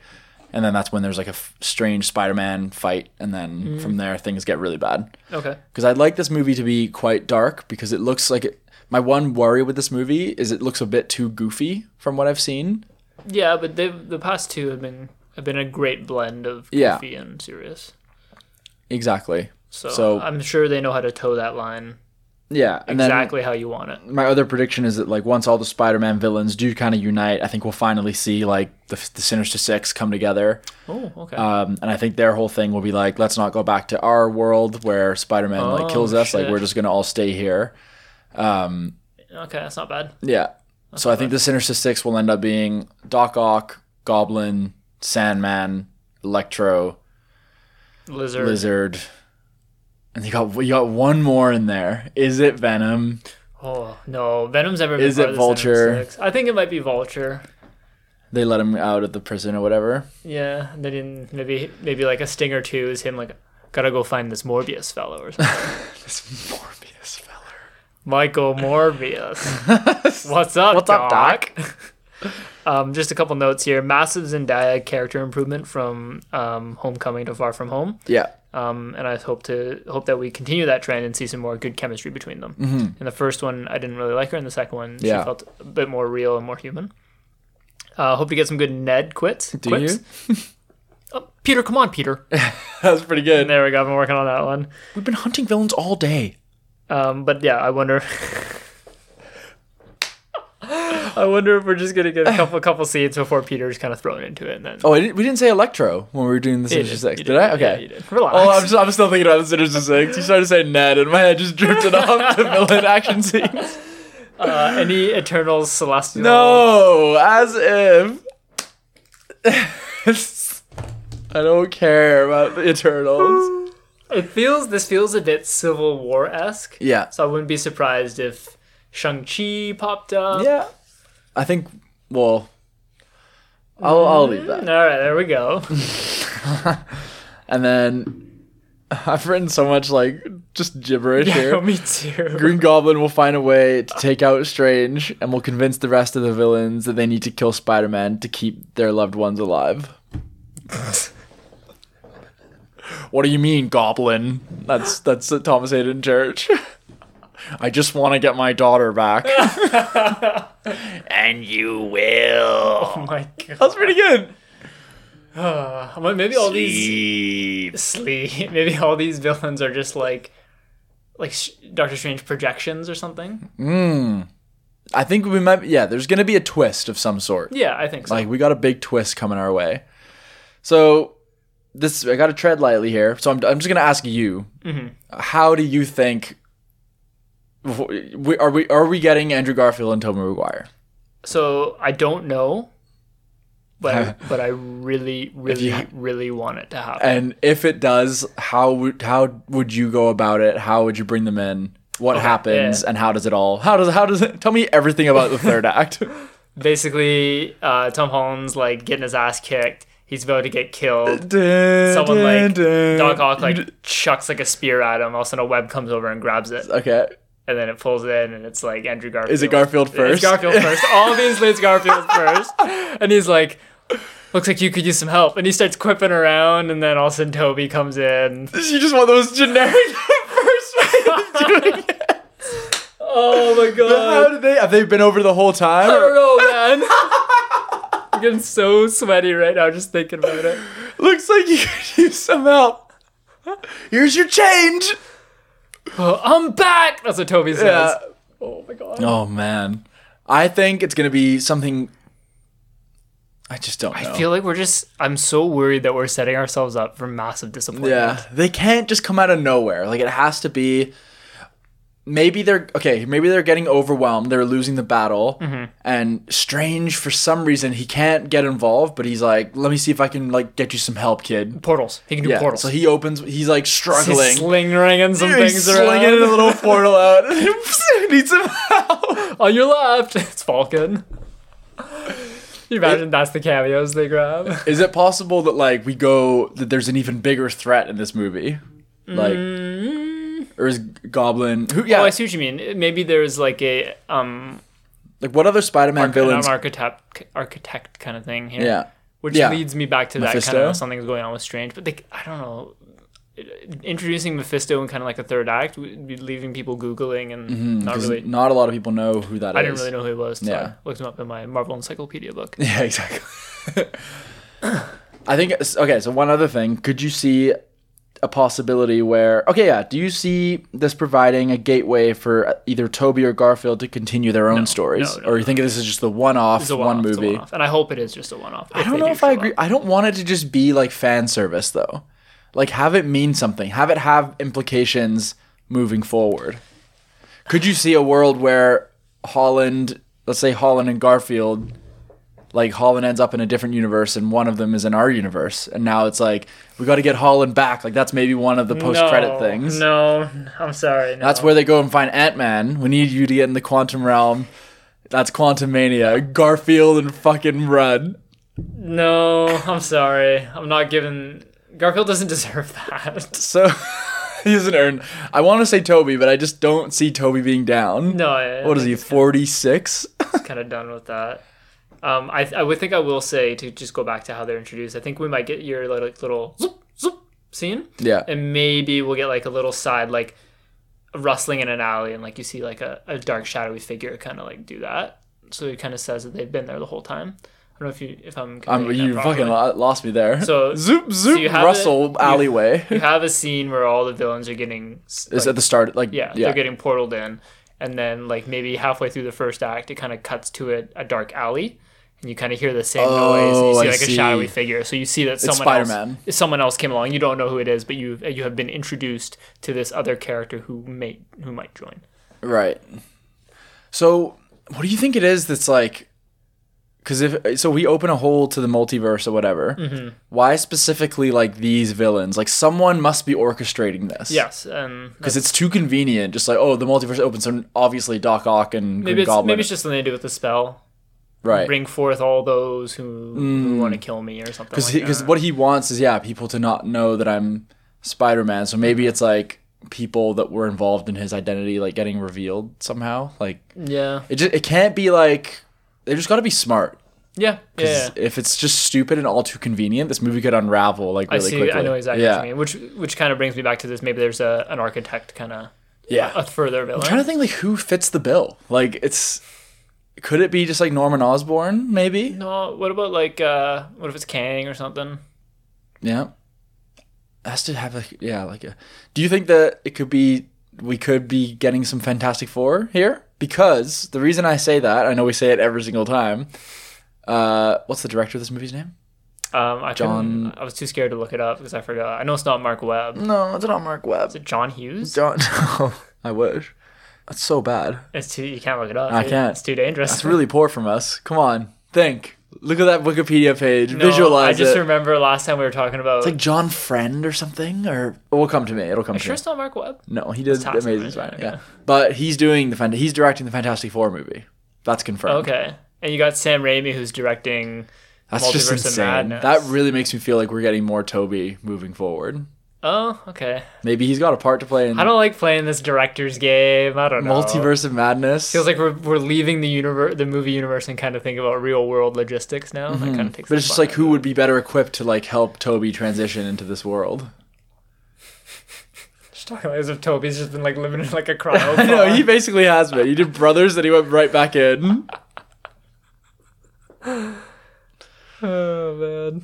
and then that's when there's like a f- strange Spider-Man fight, and then
Mm-hmm.
from there things get really bad
Okay,
because I'd like this movie to be quite dark because it looks like it. My one worry with this movie is it looks a bit too goofy from what I've seen.
yeah, but they the past two have been have been a great blend of
Yeah.
goofy and serious.
Exactly.
So,
So-
I'm sure they know how to toe that line
Yeah. And then-
exactly how you want it.
my other prediction is that like once all the Spider-Man villains do kind of unite, I think we'll finally see like the, the Sinister Six come together,
Oh, okay.
um, and I think their whole thing will be like, let's not go back to our world where Spider-Man
Oh,
like kills us. Like
shit.
we're just gonna all stay here.
okay, that's not bad.
Yeah. so I think the Sinister Six will end up being Doc Ock, Goblin, Sandman, Electro,
Lizard.
Lizard, and you got you got one more in there. Is it Venom?
Oh no, Venom's ever. Been
Is
part
it
of the Sinister
Vulture?
Six. I think it might be Vulture.
They let him out of the prison or whatever.
Yeah, and then maybe maybe like a sting or two is him like gotta go find this Morbius fellow or something.
This <laughs> Morbius feller.
Michael
<laughs>
Morbius. What's up?
What's up,
<laughs> um, just a couple notes here. Massive Zendaya character improvement from um, Homecoming to Far From Home,
Yeah.
um, and I hope to hope that we continue that trend and see some more good chemistry between them. mm In the first one, I didn't really like her. In the second one,
Mm-hmm. Yeah.
she felt a bit more real and more human. Uh, hope to get some good Ned quits.
Do
quits.
you?
Oh, Peter, come on,
<laughs>
Peter.
That was pretty good.
There we go. I've been working on that one.
We've been hunting villains all day.
Um, but yeah, I wonder. <laughs> I wonder if we're just gonna get a couple couple scenes before Peter's kind of thrown into it, and then.
Oh, I didn't, we didn't say Electro when we were doing the
You
Sinister Six,
you
did, I?
yeah,
Okay.
you did. Relax.
Oh, I'm, s am still thinking about the Sinister Six. You started saying Ned, and my head just drifted <laughs> off to villain action scenes.
uh, any Eternals, Celestial?
No, as if. <laughs> I don't care about the Eternals.
It feels this feels a bit Civil War esque.
Yeah.
So I wouldn't be surprised if Shang Chi popped up.
Yeah. I think, well, I'll, I'll leave that. <laughs>
All right, there we go.
And then <laughs> I've written so much like just
<laughs>
gibberish <laughs>
Yeah,
here.
me too.
Green Goblin will find a way to take out Strange and will convince the rest of the villains that they need to kill Spider Man to keep their loved ones alive. <laughs> what do you mean, Goblin? That's that's the Thomas Hayden Church. <laughs> I just want to get my daughter <laughs> back. and you will.
Oh my god.
That's pretty good.
Uh, well, maybe all these sleep. <laughs> Maybe all these villains are just like, like sh- Doctor Strange projections or something.
I think we might. Yeah, there's gonna be a twist of some sort.
Yeah, I think so.
Like we got a big twist coming our way. So this I got to tread lightly here. So I'm, I'm just gonna ask you,
Mm-hmm.
how do you think? we- Are we are we getting Andrew Garfield and Tobey Maguire?
so I don't know, but
<laughs>
I, but I really, really,
you-
really want it to happen.
And if it does, how would how would you go about it? How would you bring them in? What happens
yeah.
and how does it all? How does how does it? Tell me everything about the
<laughs>
third act.
Basically, uh, Tom Holland's like getting his ass kicked. He's about to get killed.
Someone
Someone like Doc Ock like chucks like a spear at him. All of a sudden, a web comes over and grabs it,
Okay,
and then it pulls in, and it's like Andrew Garfield.
is it Garfield
It's
first?
Garfield first. All these leads Garfield first. And he's like, looks like you could use some help. And he starts quipping around, and then all of a sudden Toby comes in.
<laughs> You just want those generic <laughs> first ways of doing it.
Oh my
How did they? Have they been over the whole time?
I don't know, man. I'm getting so sweaty right now just thinking about it.
Looks like you could <laughs> use some help. Here's your change.
Oh, I'm back! That's what Toby says.
Yeah.
Oh my god.
Oh man, I think it's gonna be something. I just don't.
I
know.
feel like we're just, I'm so worried that we're setting ourselves up for massive disappointment.
Yeah, they can't just come out of nowhere. Like it has to be. Maybe they're okay. Maybe they're getting overwhelmed. They're losing the battle,
Mm-hmm.
and Strange for some reason he can't get involved. But he's like, "Let me see if I can like get you some help, kid."
Portals. He can do
Yeah.
portals.
So he opens. He's like
He's
struggling.
sling ringing some
He's
things around.
slinging a little portal
<laughs>
out. <laughs> Need some help.
On your
<laughs>
left, it's Falcon. You imagine that's the cameos they <laughs> grab.
Is it possible that like we go that there's an even bigger threat in this movie, like, or is Goblin? Who? Yeah.
Mm. Oh, I see what you mean. Maybe there's like a um
like what other Spider-Man villains?
an architect architect kind of thing here.
yeah.
Which
yeah.
leads me back to that kind
Mephisto?
of something's going on with Strange, but they I don't know. Introducing Mephisto in kind of like a third act would be leaving people googling and not
'Cause
really.
Not a lot of people know who Mm-hmm. that is.
I didn't really know who he was. So
Yeah.
I looked him up in my Marvel Encyclopedia
<laughs>
book.
Yeah, exactly. I think okay. So one other thing, could you see a possibility where okay, yeah, do you see this providing a gateway for either Toby or Garfield to continue their own stories,
no, no,
or you think this is just the one-off,
It's a
one
one-off, it's a
movie?
one-off. and I hope it is just a one-off.
I don't know if I agree. I don't want it to just be like fan service though. Like have it mean something. Have it have implications moving forward. Could you see a world where Holland, let's say Holland and Garfield, like Holland ends up in a different universe and one of them is in our universe and now it's like we got to get Holland back. Like that's maybe one of the post-credit things.
No, I'm sorry.
That's where they go and find Ant-Man. We need you to get in the quantum realm. That's quantum mania. Garfield and fucking run.
No, I'm sorry. I'm not giving. Garfield doesn't <laughs> deserve that.
So <laughs> he doesn't earn. I want to say Toby, but I just don't see Toby being down.
No, I,
What is he? Forty six.
Kind of done with that. Um, I I would think I will say to just go back to how they're introduced. I think we might get your like little zoop zoop scene,
<laughs> yeah.
and maybe we'll get like a little side like rustling in an alley, and like you see like a, a dark shadowy figure kind of like do that. So it kind of says that they've been there the whole time. I don't know if you if I'm.
Um,
conveying that
you
properly.
fucking lo- lost me there. <laughs>
So-
zoop zoop
you have
Russell
it- you-
alleyway
You have a scene where all the villains are getting s-
<laughs> is
like,
at the start. Like
yeah, they're getting portaled in and then like maybe halfway through the first act it kind of cuts to a, a dark alley and you kind of hear the same noise and
Oh,
you
I
see like a
see.
shadowy figure so you see that someone
Spider-Man.
else someone else came along you don't know who it is but you you have been introduced to this other character who may who might join
right. So what do you think it is that's like? Because if so, we open a hole to the multiverse or whatever.
Mm-hmm.
Why specifically like these villains? Like someone must be orchestrating this.
yes and
because it's too convenient. Just like oh, the multiverse opens, so obviously Doc Ock and
maybe
Green
it's
Goblin,
maybe it's just something to do with the spell
right? Mm.
bring forth all those who, who want to kill me or something like uh,
Because
that.
what he wants is yeah, people to not know that I'm Spider Man. So maybe it's like people that were involved in his identity like getting revealed somehow. Like
Yeah.
it just it can't be like they just got to be smart.
Yeah. Yeah.
'Cause
yeah.
If it's just stupid and all too convenient, this movie could unravel like
I
really
see.
quickly.
I know exactly
yeah.
what you mean. Which which kind of brings me back to this. Maybe there's a an architect kind of
Yeah.
a further
I'm trying to
villain.
think like who fits the bill. Like it's could it be just like Norman Osborn maybe?
No. What about like uh what if it's Kang or something?
Yeah. Has to have like yeah, like a Do you think that it could be we could be getting some Fantastic Four here? Because the reason I say that, I know we say it every single time. Uh, what's the director of this movie's name?
Um, I
John-
couldn't- I was too scared to look it up because I forgot. I know it's not Mark Webb. Is
No, it's not Mark Webb.
it John Hughes?
John. <laughs> No, I wish. That's so bad.
It's too. You can't look it up.
I
dude.
can't.
It's too dangerous.
That's really poor from us. Come on, think. Look at that Wikipedia page.
<laughs> No,
Visualize
I just
it.
remember last time we were talking about.
It's like John Friend or something, or it will come to me. It'll come to
sure,
me.
it's not Mark Webb.
No, he does
Taxi
Amazing
Man,
Spider.
okay.
Yeah, but he's doing the Fant- he's directing the Fantastic Four movie. That's confirmed.
Okay, and you got Sam Raimi who's directing.
that's just
Multiverse of
insane.
Madness.
That really makes me feel like we're getting more Toby moving forward.
Oh, okay.
Maybe he's got a part to play in
I don't like playing this director's game. I don't know.
Multiverse of Madness.
feels like we're, we're leaving the universe, the movie universe, and kind of think about real world logistics now. That kind of takes.
Mm-hmm. but
the
it's just
fun
like
out
who would be better equipped to like help Toby transition into this
<laughs>
world?
of it. Just talking about as if Toby's just been like living in like a
<laughs>
cryo.
I know
pod.
he basically has been. He did Brothers, then he went right back in.
Oh man.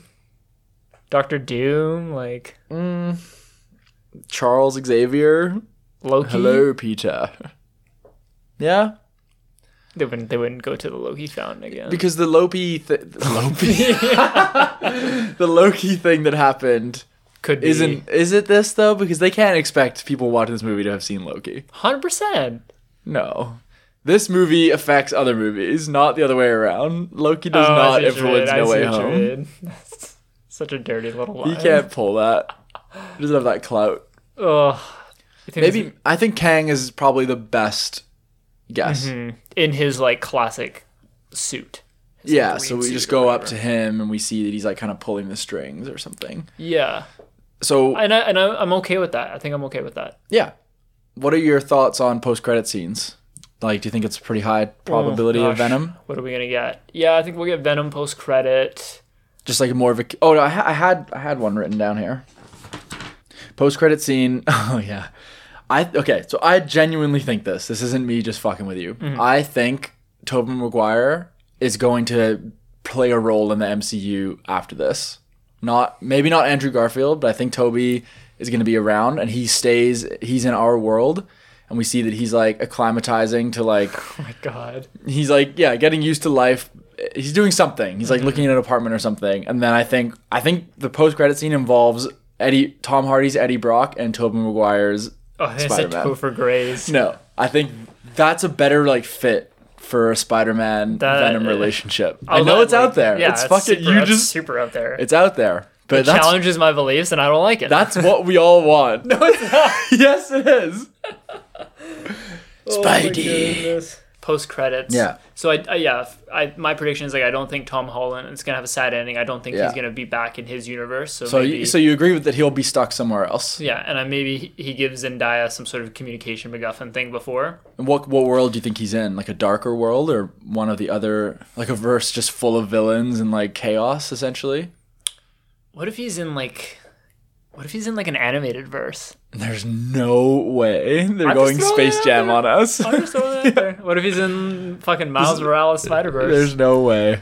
Doctor Doom, like Mm.
Charles Xavier.
Loki.
Hello, Peter. <laughs> Yeah,
They wouldn't. They wouldn't go to the Loki fountain again.
because the Loki, th- the <laughs> Loki, the Loki thing that happened
<laughs> Could be.
isn't. Is it this though? Because they can't expect people watching this movie to have seen Loki.
hundred percent.
No, this movie affects other movies, not the other way around. Loki does
Oh, I
not
see what you
influence
mean, I
No
see
Way
what you
Home.
mean. <laughs> That's Such a dirty little line.
He can't pull that. He doesn't have that clout.
Ugh. You think
Maybe I think Kang is probably the best guess.
it's- in his like classic suit.
Yeah,
green
so we
suit
just
or
go up to him and we see that he's like kind of pulling the strings or something.
Yeah,
So
and I and I, I'm okay with that. I think I'm okay with that.
yeah, what are your thoughts on post-credit scenes? Like, do you think it's a pretty high probability
Oh,
of
gosh.
Venom?
What are we gonna get? Yeah, I think we'll get Venom post credit.
Just like more of a. Oh no, I, ha- I had I had one written down here. Post-credit scene. <laughs> Oh yeah, I okay. So I genuinely think this. This isn't me just fucking with you. I think Tobey Maguire is going to play a role in the MCU after this. Not maybe not Andrew Garfield, but I think Toby is going to be around and he stays. He's in our world. And we see that he's like acclimatizing to like
Oh my god.
he's like yeah getting used to life he's doing something
Mm-hmm.
he's like looking at an apartment or something and then i think i think the post-credit scene involves eddie tom hardy's eddie brock and toby maguire's
Oh, I said
Spider-Man.
Topher Grace.
no i think that's a better like fit for a spider-man
That-
venom relationship i know
Although,
it's out
like,
there it's fucking
super,
you
that's
just
super out there. It
it's out there but that's
challenges my beliefs, and I don't like it. <laughs>
that's what we all want no it's yes it is
Oh
Spidey.
post credits.
Yeah.
So I, I yeah, f- I my prediction is like I don't think Tom Holland is gonna have a sad ending. I don't think
Yeah.
he's gonna be back in his universe. So,
so
maybe,
you, so you agree with that he'll be stuck somewhere else
yeah, and I maybe he- he gives Zendaya some sort of communication MacGuffin thing before.
And What what world do you think he's in? Like a darker world or one of the other like a verse just full of villains and like chaos essentially?
What if he's in like, what if he's in like an animated
<laughs>
verse?
There's no way they're
I'm just throwing
going
it
Space
out
Jam
there.
on us.
I'm just throwing that out there. What if he's in fucking Miles Morales Spider Verse?
<laughs> There's no way.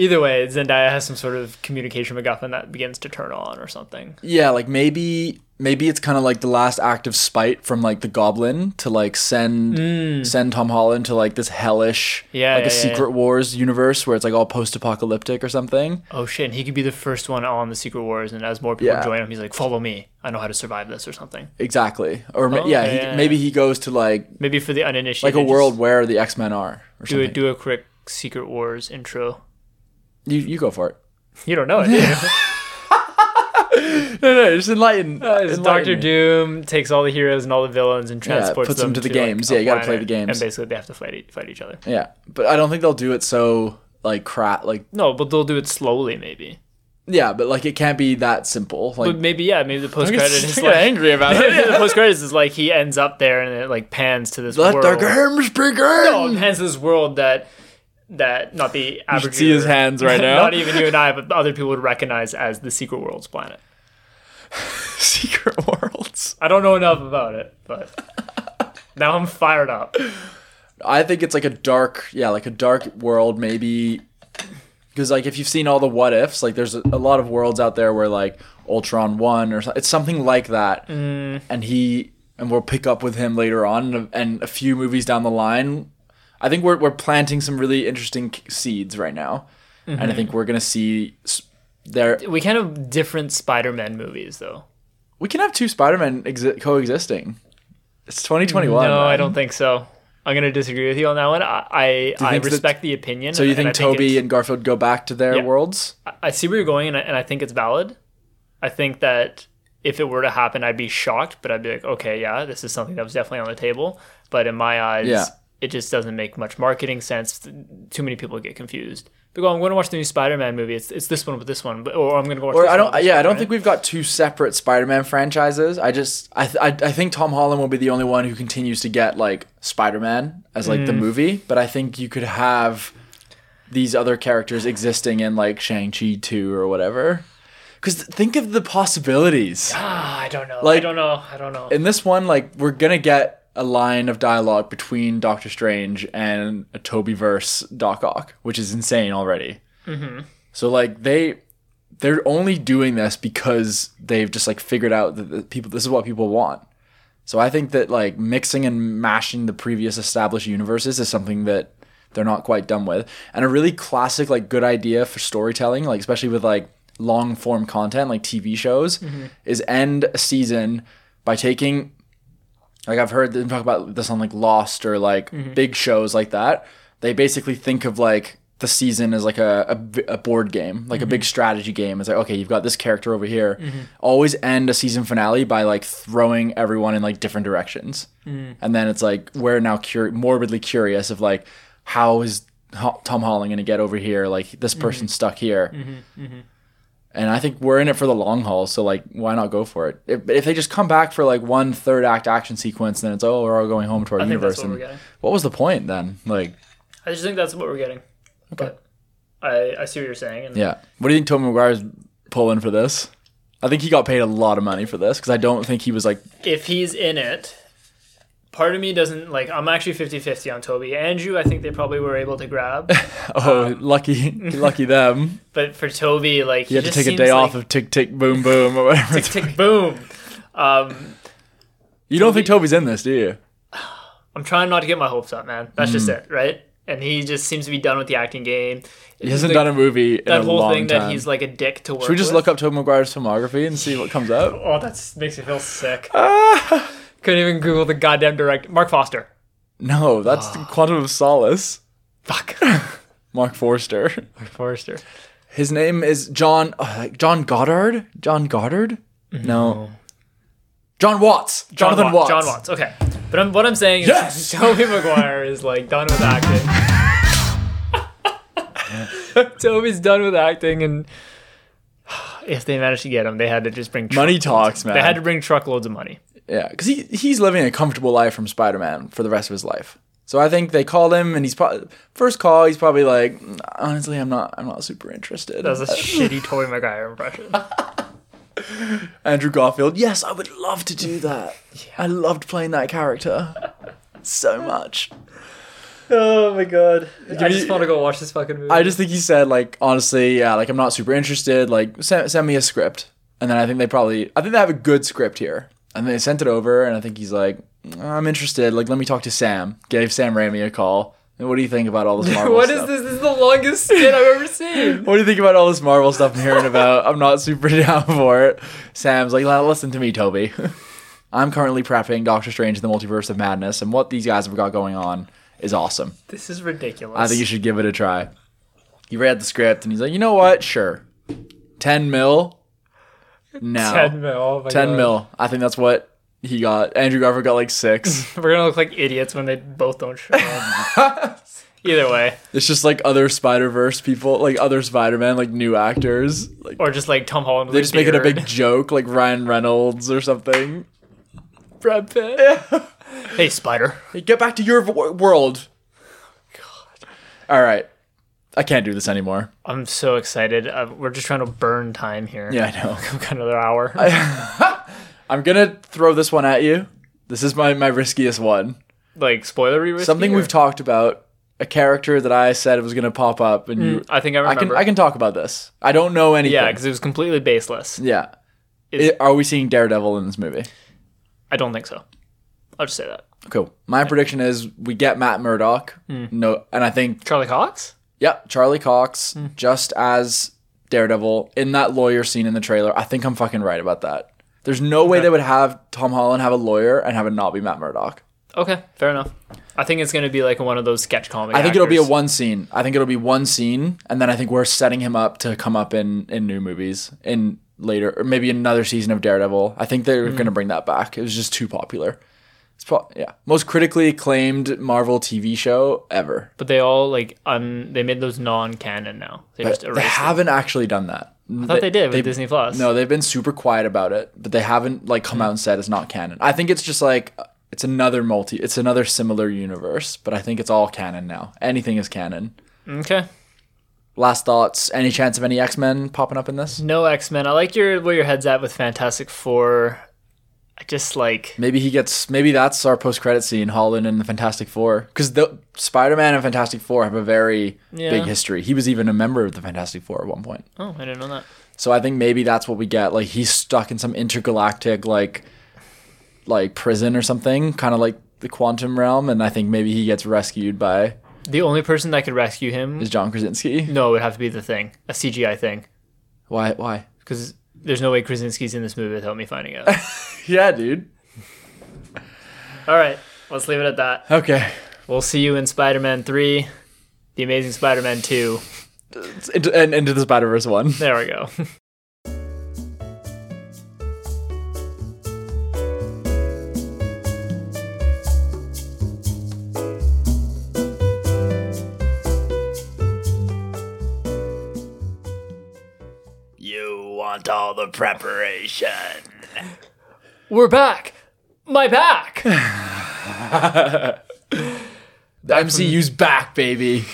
Either way, Zendaya has some sort of communication MacGuffin that begins to turn on or something.
Yeah, like maybe maybe it's kind of like the last act of spite from like the Goblin to like send send Tom Holland to like this hellish
Mm. Yeah,
like
yeah,
a
yeah, yeah.
Secret Wars universe where it's like all post-apocalyptic or something.
oh shit, and he could be the first one on the Secret Wars, and as more people
Yeah.
join him, he's like, follow me. I know how to survive this or something.
Exactly. Or ma-
Oh,
yeah,
yeah,
he,
yeah.
maybe he goes to like
Maybe for the uninitiated,
like a world
just
where the X-Men are or
Do a,
something.
do a quick Secret Wars intro.
You you go for it.
You don't know it. do
<laughs>
you?
No, no, just enlighten. uh,
It's
enlighten
Doctor
me.
Doom takes all the heroes and all the villains and transports
puts them
them,
to the
like,
games.
a
Yeah, you gotta play
planet,
the games.
and basically they have to fight e- fight each other.
Yeah, but I don't think they'll do it so like crap. Like
No, but they'll do it slowly, maybe.
Yeah, but like it can't be that simple. Like
but maybe yeah, maybe the post credit
just <laughs>
is
get
like
angry about it.
maybe the post credit is like he ends up there and it like pans to this
let
world.
the games begin.
No, it pans to this world that that not the average.
should see his
viewer- <laughs>
hands right now.
not even you and I, but other people would recognize as the Secret Worlds planet.
<laughs> Secret worlds.
I don't know enough about it, but
<laughs>
now I'm fired up.
I think it's like a dark, yeah, like a dark world maybe because like if you've seen all the what ifs, like there's a, a lot of worlds out there where like Ultron won or so, it's something like that.
Mm.
And he and we'll pick up with him later on and a, and a few movies down the line. I think we're we're planting some really interesting k- seeds right now.
Mm-hmm.
And I think we're going to see s- there
We can have different Spider-Man movies though.
we can have two Spider-Man exi- coexisting. It's 2021.
no, I
man.
don't think so. I'm gonna disagree with you on that one. I I, I
think that-
respect the opinion.
So you think
I
Toby
it's-
and Garfield go back to their
Yeah.
worlds?
I see where you're going, and I, and I think it's valid. I think that if it were to happen, I'd be shocked, but I'd be like, okay, yeah, this is something that was definitely on the table. But in my eyes,
Yeah.
it just doesn't make much marketing sense. Th- Too many people get confused. But go, I'm going to watch the new Spider-Man movie. It's, it's this one with this one, but, or I'm going to go watch.
Or
this
I
one with
don't.
this
Yeah,
one,
I don't
right?
think we've got two separate Spider-Man franchises. I just, I, th- I, I think Tom Holland will be the only one who continues to get like Spider-Man as like
Mm.
the movie. But I think you could have these other characters existing in like Shang Chi two or whatever. Because think of the possibilities
Ah, I don't know. I
Like-
don't know. I don't know.
in this one. Like we're gonna get a line of dialogue between Doctor Strange and a Toby verse Doc Ock, which is insane already. So like they they're only doing this because they've just like figured out that the people this is what people want. So I think that like mixing and mashing the previous established universes is something that they're not quite done with. And a really classic like good idea for storytelling, like especially with like long form content like TV shows is end a season by taking like I've heard them talk about this on like Lost or like big shows like that. They basically think of like the season as like a, a b- a board game, like a big strategy game. It's like okay, you've got this character over here. Always end a season finale by like throwing everyone in like different directions, and then it's like we're now cur- morbidly curious of like how is Ho- Tom Holland going to get over here? Like this person's stuck here. And I think we're in it for the long haul, so like, why not go for it? If, if they just come back for like one third act action sequence, then it's oh, we're all going home to our
I think
universe.
that's what we're
and
getting.
what was the point then? Like,
I just think that's what we're getting. But I, I see what you're saying. And
yeah. What do you think Tom McGuire's pulling for this? I think he got paid a lot of money for this because I don't think he was like, <laughs>
if he's in it, part of me doesn't like. I'm actually 50 50 on Toby. Andrew, I think they probably were able to
<laughs>
grab.
oh,
Um. <laughs>
lucky, lucky them.
but for Toby, like,
You
he
had to
just
take a
seems
day
like-
off of tick tick boom boom or whatever. it's-
<laughs> tick, tick, boom. Um,
you don't think Toby's in this, do you?
I'm trying not to get my hopes up, man. That's just
Mm.
it, right? And he just seems to be done with the acting game.
He hasn't done a movie in
that
a
whole
long
thing
time.
that he's like a dick to work.
Should we just
with.
look up Toby McGuire's filmography and see what comes up?
Oh, that makes me feel
<laughs>
sick. Couldn't even Google the goddamn direct. Mark Foster.
No, that's Quantum of Solace.
Ah. Fuck.
<laughs> Mark Forster.
Mark Foster.
His name is John uh, John Goddard. John Goddard? No. John Watts. Jonathan
John
Watts.
Watts. Mm-hmm. John Watts. Okay. But I'm, what I'm saying is <laughs>
Yes!
Toby Maguire is like done with
<laughs>
acting. Toby's done with acting, and <sighs> if they managed to get him, they had to just bring
Money talks, man.
They had to bring truckloads of money.
yeah, because he he's living a comfortable life from Spider Man for the rest of his life. So I think they called him, and he's probably first call. He's probably like, "Mm, honestly, I'm not, I'm not super interested. <laughs>
That was a shitty Toby Maguire impression.
Andrew Garfield. Yes, I would love to
<laughs>
do that. I loved playing that character so much.
oh my god! I
me-
just want to go watch this fucking movie.
I
<laughs>
just think he said like honestly, yeah, like I'm not super interested. Like send, send me a script, and then I think they probably, I think they have a good script here, and they sent it over, and I think he's like, "Mm, I'm interested. Like let me talk to Sam. Gave Sam Raimi a call. And what do you think about
<laughs>
all this Marvel
What is
stuff?
this? This is the
<laughs>
longest spin I've ever seen.
What do you think about all this Marvel stuff I'm hearing about? I'm not super <laughs> down for it. Sam's like, "Well, listen to me, Toby. <laughs> I'm currently prepping Doctor Strange: The Multiverse of Madness, and what these guys have got going on is awesome.
This is ridiculous.
I think you should give it a try. He read the script and he's like, you know what? Sure. 10 mil? No.
<laughs>
10,
ten mil. Oh my God.
mil. I think that's what
<laughs>
he got. Andrew Garfield got like six. <laughs>
We're gonna look like idiots when they both don't show up. Either way,
It's just like other Spider Verse people, like other Spider Man, like new actors. Like
or just like Tom Holland. With
they just make it a big joke, like Ryan Reynolds or something.
Brad Pitt. <laughs> Hey, Spider.
Hey, get back to your vo- world. God. All right, I can't do this anymore.
I'm so excited. Uh, we're just trying to burn time here.
Yeah, I know.
<laughs> We've got another hour.
I'm gonna throw this one at you. This is my my riskiest one.
like spoiler risky
Something
or-
we've talked about. A character that I said was gonna pop up, and you.
I think Mm, I
I
remember.
can I can talk about this. I don't know anything.
yeah, because it was completely baseless.
Yeah.
Is-
I- are we seeing Daredevil in this movie?
I don't think so. I'll just say that.
Cool. My prediction is we get Matt Murdock.
Mm.
No, and I think
Charlie Cox.
yep, Charlie Cox
Mm.
just as Daredevil in that lawyer scene in the trailer. I think I'm fucking right about that. There's no way they would have Tom Holland have a lawyer and have it not be Matt Murdock.
Okay, fair enough. I think it's gonna be like one of those sketch comic.
I think it'll be a
actors.
one scene. I think it'll be one scene, and then I think we're setting him up to come up in in new movies in later, or maybe another season of Daredevil. I think they're
Mm.
going to bring that back. It was just too popular. It's pro- yeah, most critically acclaimed Marvel TV show ever.
But they all like un. They made those non-canon now. They just
But
erased.
they
it.
haven't actually done that.
I thought they did with Disney Mm. Plus.
No, they've been super quiet about it, but they haven't like come out and said it's not canon. I think it's just like it's another multi, it's another similar universe, but I think it's all canon now. Anything is canon.
Okay.
Last thoughts? Any chance of any X Men popping up in this?
No X Men. I like your where your head's at with Fantastic Four. I just like
Maybe he gets. Maybe that's our post credit scene. Holland and the Fantastic Four, because the Spider Man and Fantastic Four have a very
Yeah.
big history. He was even a member of the Fantastic Four at one point.
Oh, I didn't know that.
So I think maybe that's what we get. Like he's stuck in some intergalactic like like prison or something, kind of like the quantum realm. And I think maybe he gets rescued by
The only person that could rescue him,
is John Krasinski.
no, it would have to be the thing, a CGI thing,
Why? Why?
because there's no way Krasinski's in this movie without me finding out.
Yeah, dude.
All right, let's leave it at that.
Okay.
We'll see you in Spider Man Three, The Amazing Spider Man Two.
It's into, and into the Spider Verse one.
There we go. <laughs>
You want all the preparation.
We're back. My back. <laughs>
The MCU's back, baby.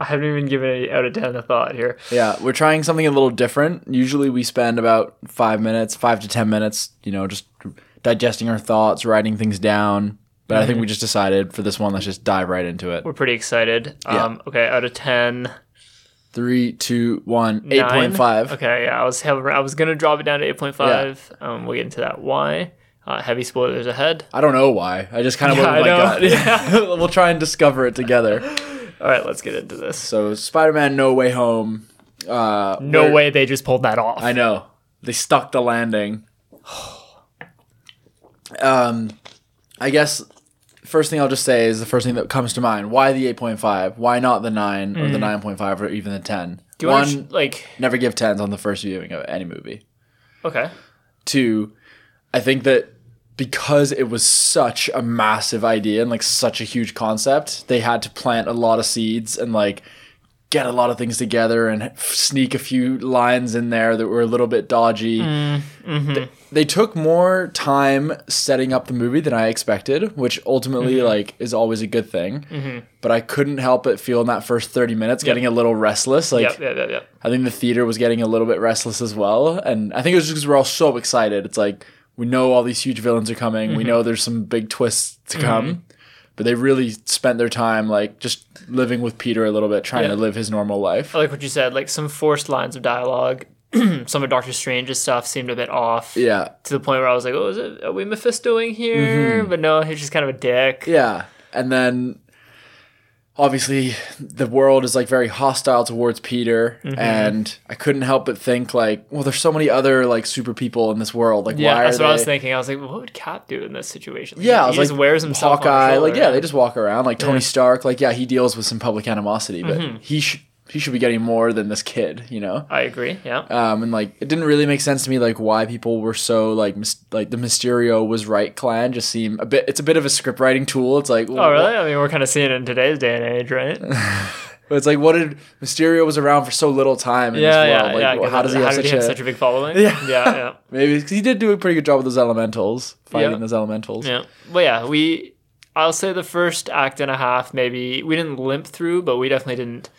I haven't even given it out of ten a thought here.
Yeah, we're trying something a little different. Usually we spend about five minutes, five to 10 minutes, you know, just digesting our thoughts, writing things down. But I think
Mhm.
we just decided for this one, let's just dive right into it.
We're pretty excited. Um, okay, out of ten.
Three, two, one,
Nine?
8.5.
Okay, yeah, I was having, I was gonna drop it down to eight point five. Um, we'll get into that. Why? Uh, heavy spoilers ahead.
I don't know why. I just kind of went with
I
my
know. <laughs>
gut. <laughs> we'll try and discover it together.
All right, let's get into this.
So, Spider Man No Way Home. Uh,
No
where-
way they just pulled that off.
I know. They stuck the landing. <sighs> um, I guess first thing I'll just say is the first thing that comes to mind. Why the 8.5? Why not the 9 or the 9.5 or even the 10?
Mm. Do you
One,
want to like?
never give 10s on the first viewing of any movie.
Okay.
Two, I think that because it was such a massive idea and like such a huge concept, they had to plant a lot of seeds and like get a lot of things together and sneak a few lines in there that were a little bit dodgy. They, they took more time setting up the movie than I expected, which ultimately like is always a good thing. But I couldn't help but feel in that first 30 minutes getting a little restless. Like
Yep. Yep. Yep. Yep.
I think the theater was getting a little bit restless as well. And I think it was just because we're all so excited. It's like we know all these huge villains are coming.
Mm-hmm.
We know there's some big twists to come. But they really spent their time like just living with Peter a little bit, trying to
Yeah.
live his normal life.
I like what you said. Like some forced lines of dialogue. <clears throat> some of Doctor Strange's stuff seemed a bit off.
Yeah.
To the point where I was like, "Oh, is it? Are we Mephistoing here?" But no, he's just kind of a dick.
Mm-hmm. Yeah. And then obviously the world is like very hostile towards Peter
Mm-hmm.
and I couldn't help but think like, well, there's so many other like super people in this world. Like
Yeah,
why
that's
are
what I was
they-
thinking. I was like, "What would Cap do in this situation?" Like,
Yeah,
he
I was
just
like
wears himself. on his
Hawkeye,
shoulder. Mm-hmm.
like yeah, they just walk around like Tony Stark, like yeah, he deals with some public animosity, but he sh- he should be getting more than this kid, you know?
I agree. Yeah.
Um, and like it didn't really make sense to me like why people were so like mis- like the Mysterio was right clan just seem a bit. It's a bit of a script writing tool. It's like
Oh, really? I mean, we're kind of seeing it in today's day and age, <laughs> right?
But it's like what did Mysterio was around for so little time in
Yeah,
this
yeah,
world? like
yeah. I
well,
get
how
that.
does he have
did
such,
have
a,
such a big following?
Yeah.
yeah, yeah.
maybe because he did do a pretty good job with those elementals fighting
Yeah.
those elementals.
Yeah. Well, yeah, we. I'll say the first act and a half, maybe we didn't limp through, but we definitely didn't.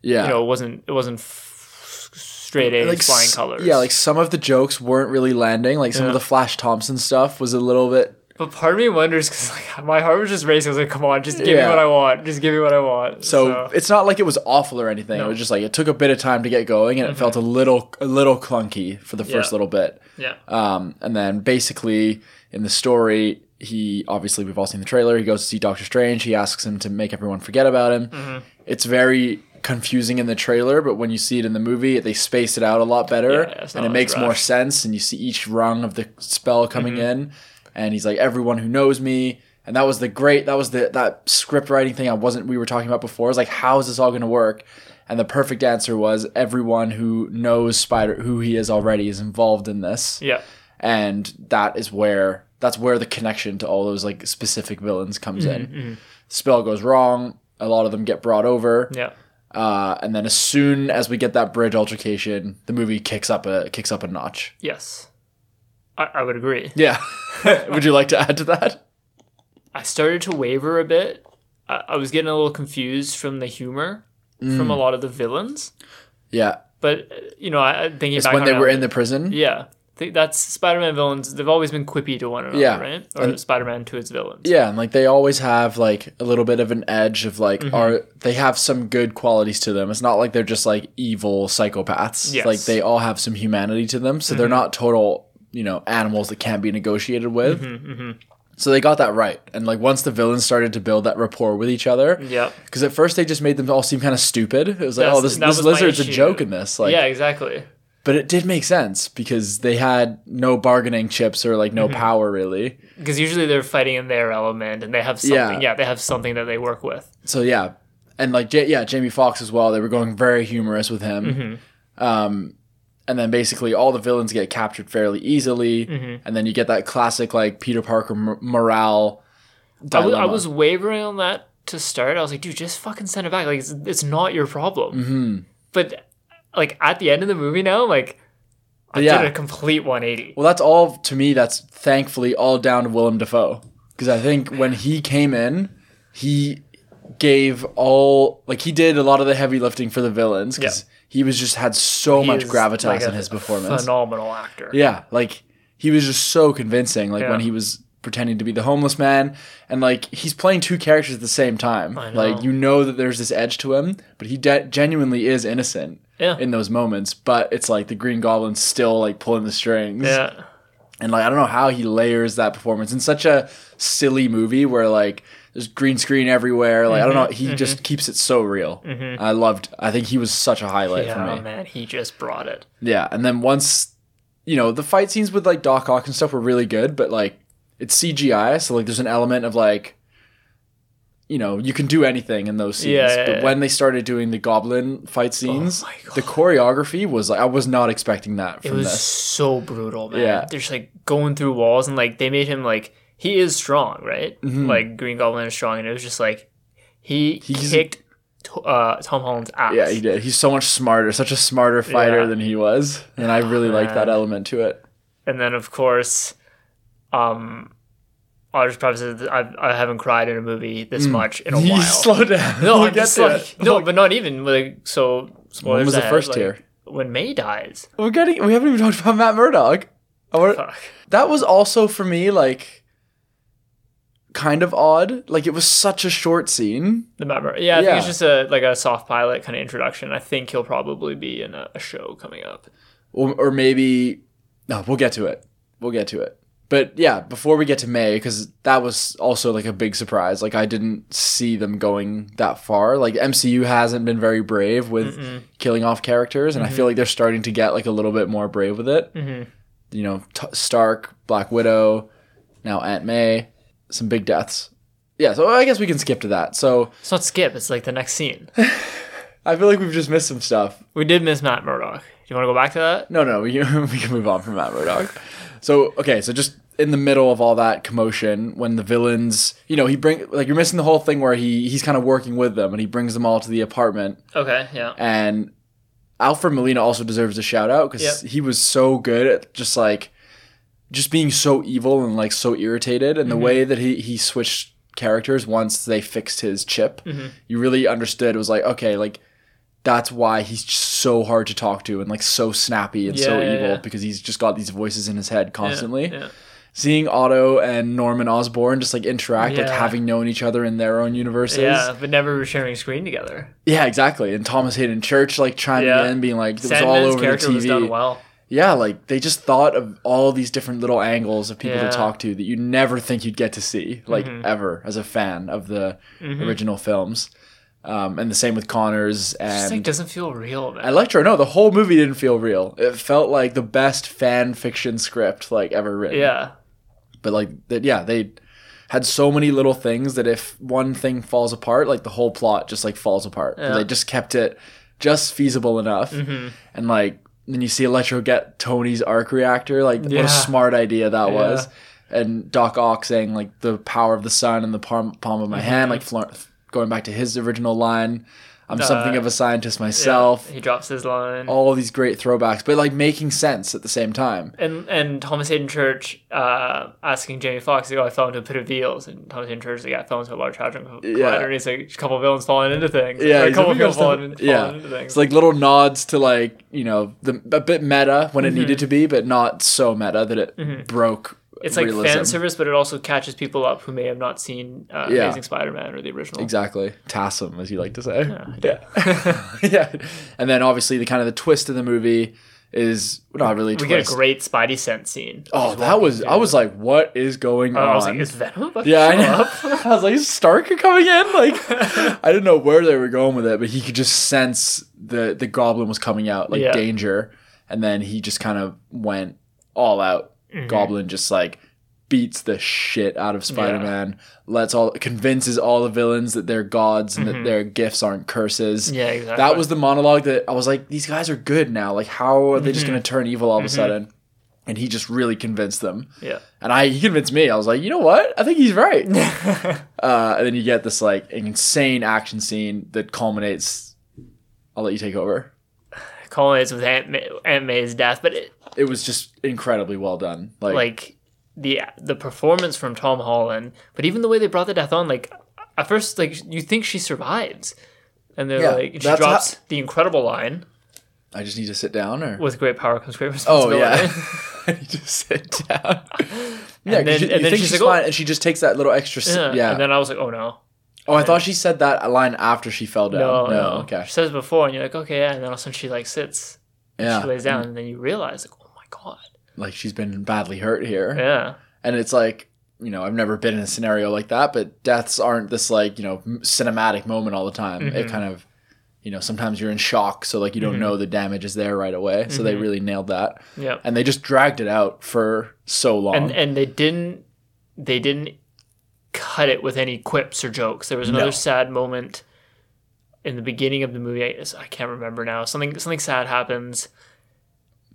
yeah.
You know, it wasn't it wasn't f- straight A's flying
s-
colors.
Yeah, like some of the jokes weren't really landing. Like some
Yeah.
of the Flash Thompson stuff was a little bit.
But part of me wonders because like my heart was just racing. I was like, "Come on, just give me
Yeah.
what I want. Just give me what I want."
So, it's not like it was awful or anything. It was just like it took a bit of time to get going, and it felt a little a little clunky for the first
Mm-hmm. Yeah.
little bit.
yeah,
Um, and then basically in the story, he obviously we've all seen the trailer. He goes to see Doctor Strange. He asks him to make everyone forget about him.
Mm-hmm.
It's very confusing in the trailer, but when you see it in the movie, they space it out a lot better,
Yeah, it's not
and it
as
makes more
rushed. Mm-hmm.
sense. And you see each rung of the spell coming in, and he's like, "Everyone who knows me." And that was the great. That was the that script writing thing I wasn't. We were talking about before. It's like, how is this all going to work? And the perfect answer was everyone who knows Spider, who he is already, is involved in this
yeah,
and that is where that's where the connection to all those like specific villains comes
Mm-hmm,
in. Spell goes wrong, a lot of them get brought over,
yeah.
uh, and then as soon as we get that bridge altercation, the movie kicks up a kicks up a notch.
Yes, I, I would agree.
Yeah, <laughs> would you like to add to that?
I started to waver a bit. I, I was getting a little confused from the humor from a
Mm.
lot of the villains.
Yeah,
But uh, you know, I I- thinking
it's
back
when
on
they
it,
were in the prison.
yeah. Th- That's Spider-Man villains. They've always been quippy to one another,
Yeah.
right? Or Spider-Man to its villains.
Yeah, and like they always have like a little bit of an edge of like
Mm-hmm.
are they have some good qualities to them. It's not like they're just like evil
Yes.
psychopaths.
Mm-hmm.
Like they all have some humanity to them. So they're not total, you know, animals that can't be negotiated with.
Mm-hmm,
So they got that right. And like once the villains started to build that rapport with each other.
Yep.
Because at first they just made them all seem kind of stupid. It was like,
Mm. That's-
oh, this
that
this
was my
lizard's a
issue.
joke in this. Like
yeah, exactly.
but it did make sense because they had no bargaining chips or like
Mm-hmm.
no power really.
Because usually they're fighting in their element, and they have something.
Yeah.
Yeah. they have something that they work with.
so yeah, and like Ja- yeah, Jamie Foxx as well. They were going very humorous with him. Um,
Mm-hmm.
and then basically all the villains get captured fairly easily,
Mm-hmm.
and then you get that classic like Peter Parker mor- morale.
I was, I
dilemma.
was wavering on that to start. I was like, dude, just fucking send it back. Like, it's, it's not your problem.
Mm-hmm.
But like at the end of the movie now, like I
yeah.
did a complete 180.
well, that's all to me. That's thankfully all down to Willem Dafoe because I think when he came in, he gave all like he did a lot of the heavy lifting for the villains because he was just had so much
is,
gravitas
like, a
in his performance.
Phenomenal actor.
Yeah, like he was just so convincing. Like
Yeah.
when he was pretending to be the homeless man, and like he's playing two characters at the same time.
I know.
Like you know that there's this edge to him, but he de- genuinely is innocent
Yeah.
in those moments. But it's like the Green Goblin's still like pulling the strings.
Yeah.
And like I don't know how he layers that performance in such a silly movie where like there's green screen everywhere. Like I
Mm-hmm,
don't know, he just keeps it so real. I loved. I think he was such a highlight for me.
Yeah, man, he just brought it.
Yeah, and then once you know, the fight scenes with like Doc Ock and stuff were really good, but like it's CGI, so like there's an element of like you know, you can do anything in those scenes.
Yeah, yeah,
but
yeah. Oh
when they started doing the goblin fight scenes, the choreography was like I was not expecting that
It
from
was
this.
so brutal, man.
Yeah.
They're just like going through walls and like they made him like he is strong, right?
Mm-hmm.
Like Green Goblin is strong, and it was just like he
He's-
kicked to- uh, Tom Holland's ass.
Yeah, he did. He's so much smarter, such a smarter fighter
Yeah.
than he was. And I really liked that element to it.
and then of course, um, I'll just preface it, that I I haven't cried in a movie this much
<laughs>
in a
He
while.
slowed down.
<laughs> no,
Mm. <laughs> We'll
I'm just
to
like
it.
no, but not even like so. Spoilers
was the
ahead,
first
like,
tier?
When May dies.
We're getting we haven't even talked about Matt Murdock. I wanna-
Fuck.
that was also for me like kind of odd. Like it was such a short scene.
The member. Yeah, I think it's
Yeah.
just a like a soft pilot kind of introduction. I think he'll probably be in a, a show coming up.
Or, or maybe no, we'll get to it. We'll get to it. But yeah, before we get to May, because that was also like a big surprise. Like I didn't see them going that far. Like MCU hasn't been very brave with killing off characters, and I feel like they're starting to get like a little bit more brave with it. You know, t- Stark, Black Widow, now Aunt May, some big deaths. Yeah, so I guess we can skip to that. So <laughs>
It's not skip. It's like the next scene.
I feel like we've just missed some stuff.
We did miss Matt Murdock. Do you want to go back to that?
No, no, we can, <laughs> we can move on from Matt Murdock. So okay, so just in the middle of all that commotion, when the villains, you know, he bring like you're missing the whole thing where he he's kind of working with them and he brings them all to the apartment
Okay, yeah.
and Alfred Molina also deserves a shout out because
Yep.
he was so good at just like just being so evil and like so irritated and
Mm-hmm.
the way that he he switched characters once they fixed his chip
Mm-hmm.
you really understood it was like okay like that's why he's just so hard to talk to and like so snappy and so
Yeah, yeah,
evil
yeah.
because he's just got these voices in his head
Yeah,
constantly
Yeah.
seeing Otto and Norman Osborn just like interact like
Yeah.
having known each other in their own universes
Yeah, but never were sharing screen together.
yeah, exactly. And Thomas Hayden Church like chiming
Yeah.
in, being like, it was all
Sandman's
over the
character
TV.
was done well.
Yeah, like they just thought of all these different little angles of people
Yeah. Mm-hmm.
to talk to that you never think you'd get to see, like ever, as a fan of the original films. Um, and the same with Connors
It just like
and
doesn't feel real, man.
Electro. No, the whole movie didn't feel real. It felt like the best fan fiction script like ever written
yeah.
but like that yeah they had so many little things that if one thing falls apart like the whole plot just like falls apart 'Cause
Yeah. Mm-hmm.
they just kept it just feasible enough and like then you see electro get tony's arc reactor like what
Yeah.
a smart idea that
Yeah.
was and doc ock saying like the power of the sun in the palm, palm of my
Mm-hmm.
hand like Flor- going back to his original line i'm something
Uh,
of a scientist
Yeah.
myself
He drops his line.
all these great throwbacks but like making sense at the same time
and and Thomas Hayden Church uh, asking Jamie Foxx, "Oh, I fell into a pit of eels," and Thomas Hayden Church, the guy fell into a large hadron collider,
Yeah.
and he's like, "A couple of villains falling into things,
Yeah,
Or a
he's
couple
like,
of
"We gotta
people falling, in,
stop-
falling
yeah.
into things."
It's like little nods to like you know the a bit meta when it
Mm-hmm.
needed to be, but not so meta that it broke.
It's like
realism.
fan service, but it also catches people up who may have not seen uh,
Yeah.
Amazing Spider-Man or the original.
Exactly, Tassum, as you like to say. Yeah, <laughs> yeah. And then obviously the kind of the twist of the movie is not really.
We
twist.
get a great Spidey sense scene.
oh, that was I was like, what is going
Oh, I
on?
was like, "Is Venom about to
yeah, I
show
<laughs>
up?"
know. I was like, is Stark coming in? Like, I didn't know where they were going with it, but he could just sense the the goblin was coming out, like
Yeah.
danger, and then he just kind of went all out.
Mm-hmm.
Goblin just like beats the shit out of Spider Man. Lets all convinces all the villains that they're gods and that their gifts aren't curses.
Mm-hmm. Yeah, exactly.
That was the monologue that I was like, these guys are good now. Like, how are they
Mm-hmm.
just going to turn evil all of a sudden? And he just really convinced them.
yeah. <laughs>
And I, he convinced me. I was like, you know what? I think he's right. uh, and then you get this like insane action scene that culminates. I'll let you take over.
Culminates with Aunt, May, Aunt May's death, but it,
It was just incredibly well done. Like,
like the the performance from Tom Holland, but even the way they brought the death on, like at first, like you think she survives, and they're
Yeah,
like she
that's
drops
how-
the incredible line
I just need to sit down, or
with great power comes great
oh
responsibility.
<laughs> yeah, I need to sit
<laughs>
down. yeah, 'cause
then-
you,
and
you
then
think
she's
she's
like, oh.
fine, and she just takes that little extra. s-
yeah.
Yeah.
And then I was like, oh no,
oh, I thought she said that line after she fell down.
no, no.
Okay.
She says before, and you're like, okay, yeah. And then all of a sudden she like sits,
Yeah.
she lays down, and then you realize, like, oh my god,
Like she's been badly hurt here.
yeah,
and it's like you know i've never been in a scenario like that but deaths aren't this like you know m- cinematic moment all the time
Mm-hmm.
it kind of you know sometimes you're in shock so like you don't know the damage is there right away so
Mm-hmm.
they really nailed that
yeah.
and they just dragged it out for so long
and and they didn't they didn't cut it with any quips or jokes. There was another
No.
sad moment in the beginning of the movie. I, I can't remember now. Something something sad happens,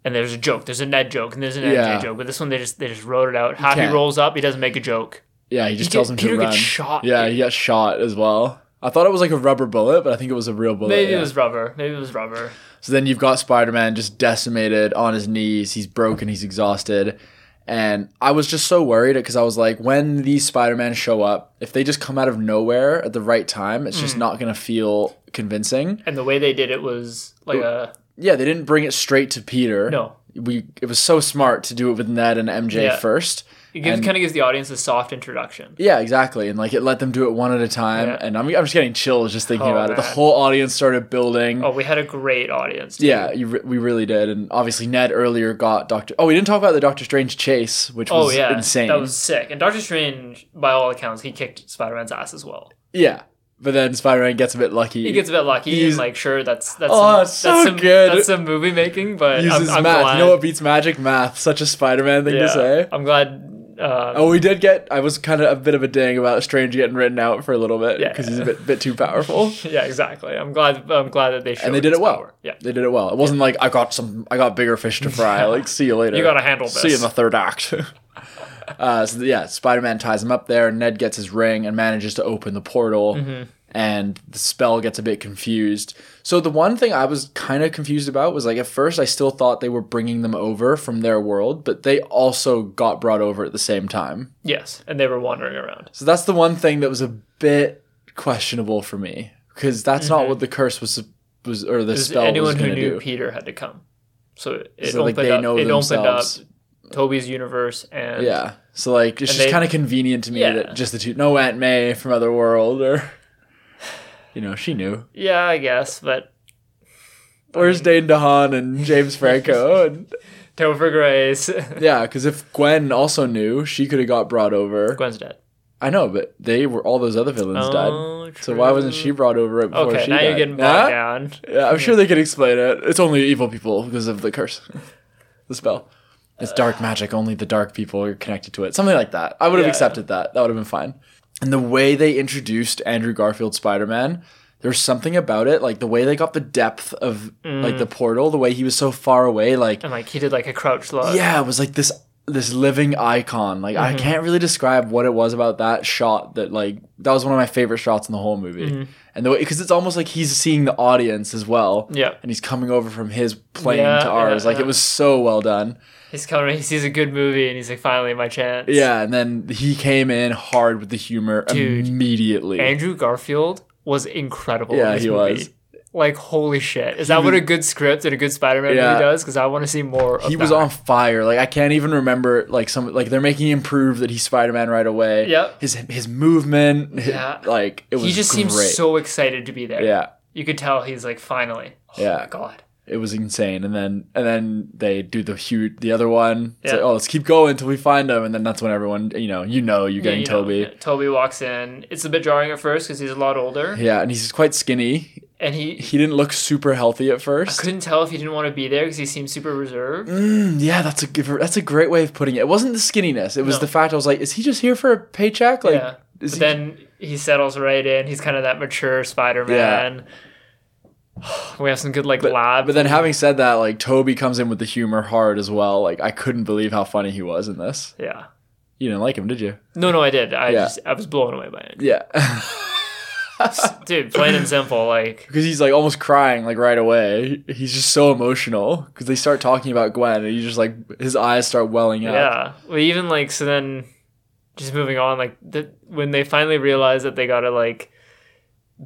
and there's a joke. There's a Ned joke and there's an
Yeah.
MJ joke. But this one they just they just wrote it out. Happy
can't.
rolls up. He doesn't make a joke.
yeah he just
Peter-
tells him
Peter
to run
gets shot,
yeah
dude.
he got shot as well I thought it was like a rubber bullet, but I think it was a real bullet.
Maybe
yeah.
it was rubber. Maybe it was rubber.
So then you've got Spider Man just decimated on his knees. He's broken. He's exhausted. And I was just so worried because I was like, when these Spider Man show up, if they just come out of nowhere at the right time, it's
Hmm.
just not going to feel convincing.
And the way they did it was like a
Yeah, they didn't bring it straight to Peter.
No.
We, it was so smart to do it with Ned and MJ
Yeah.
first.
it gives,
And-
kind of gives the audience a soft introduction.
Yeah, exactly. And like it let them do it one at a time.
Yeah.
And I'm, I'm just getting chills just thinking
Oh,
about it. The
man.
whole audience started building.
Oh, we had a great audience. dude.
Yeah, you re- we really did, and obviously Ned earlier got Doctor. Oh, we didn't talk about the Doctor Strange chase, which
Oh
was
yeah,
insane.
that was sick. And Doctor Strange, by all accounts, he kicked Spider Man's ass as well.
Yeah, but then Spider Man gets a bit lucky.
he gets a bit lucky.
He's-
and like, sure, that's that's
Oh,
some,
it's
that's
so
some,
good.
That's some movie making, but
uses
I'm, I'm
math.
glad.
You know what beats magic? Math. Such a Spider Man thing
yeah,
to say.
I'm glad Uh,
Oh, we did get. I was kind of a bit of a dang about Strange getting written out for a little bit
Yeah.
because he's a bit bit too powerful.
<laughs> yeah, exactly. I'm glad. I'm glad that they showed
Oh, and they did
his
it well.
power. Yeah,
they did it well. It wasn't like I got some, I got bigger fish to fry. Like, see you later.
You gotta handle
See you in
this.
the third act. <laughs> uh, so yeah, Spider Man ties him up there. Ned gets his ring and manages to open the portal,
Mm-hmm.
and the spell gets a bit confused. So the one thing I was kind of confused about was like at first I still thought they were bringing them over from their world, but they also got brought over at the same time.
yes, and they were wandering around.
So that's the one thing that was a bit questionable for me because that's not what the curse was. Was, or the
Because
spell was
Mm-hmm. anyone who
gonna
knew
do.
Peter had to come. So it
So, like,
opened
they
up.
know
it
themselves.
opened up Toby's universe and
Yeah. So like it's
And
just
they-
kind of convenient to me
Yeah.
that just the two no Aunt May from other world or you know she knew.
yeah, I guess. But
Where's Dane DeHaan and James
<laughs>
Franco and
Topher Grace, <laughs>
yeah? Because if Gwen also knew, she could have got brought over.
Gwen's dead.
I know, but they were all those other villains died.
Oh,
So why
true.
wasn't she brought over right before
Okay,
she
now
died?
you're getting
Huh?
bogged down.
Yeah, I'm sure they could explain it. It's only evil people because of the curse, <laughs> the spell. It's dark magic. Only the dark people are connected to it. Something like that. I would have
Yeah.
accepted that. That would have been fine. And the way they introduced Andrew Garfield Spider Man, there's something about it. Like the way they got the depth of like the portal, the way he was so far away. Like
And like he did like a crouch low.
yeah, it was like this this living icon. Like
Mm-hmm.
I can't really describe what it was about that shot that like that was one of my favorite shots in the whole movie.
Mm-hmm.
And the way because it's almost like he's seeing the audience as well.
Yeah.
And he's coming over from his plane
Yeah,
to ours.
yeah,
like
yeah.
it was so well done.
He's coming. He sees a good movie and he's like, finally my chance.
Yeah, and then he came in hard with the humor
Dude.
immediately.
Andrew Garfield was incredible.
Yeah,
in this
he
movie.
was.
Like holy shit! Is that what a good script and a good Spider-Man
Yeah.
movie does? Because I want to see more. Of
he was
that.
on fire. Like I can't even remember like some like they're making him prove that he's Spider Man right away.
Yep.
His his movement,
Yeah.
like it was
He just
great.
seems so excited to be there.
yeah.
You could tell he's like, finally. Oh
Yeah.
my god.
it was insane. And then and then they do the huge the other one. It's
Yeah.
like, oh, let's keep going until we find him. And then that's when everyone you know you know you're getting
You know,
Toby.
Toby walks in. It's a bit jarring at first because he's a lot older,
Yeah, and he's quite skinny.
and he
He didn't look super healthy at first.
couldn't tell if he didn't want to be there because he seemed super reserved.
Mm, yeah, that's a good- that's a great way of putting it. It wasn't the skinniness. It was
No.
the fact I was like, is he just here for a paycheck? Like,
yeah. But
is he-
then he settles right in. He's kind of that mature Spider-Man. <sighs> We have some good like lab.
But then having said that, like Toby comes in with the humor hard as well. Like I couldn't believe how funny he was in this.
yeah.
You didn't like him, did you?
No, no, I did. I
Yeah.
just I was blown away by
<laughs>
it,
Yeah,
dude. Plain and simple, like
because he's like almost crying like right away. He's just so emotional because they start talking about Gwen and he's just like his eyes start welling up.
yeah. Well, even like so then, just moving on, like the, when they finally realize that they gotta like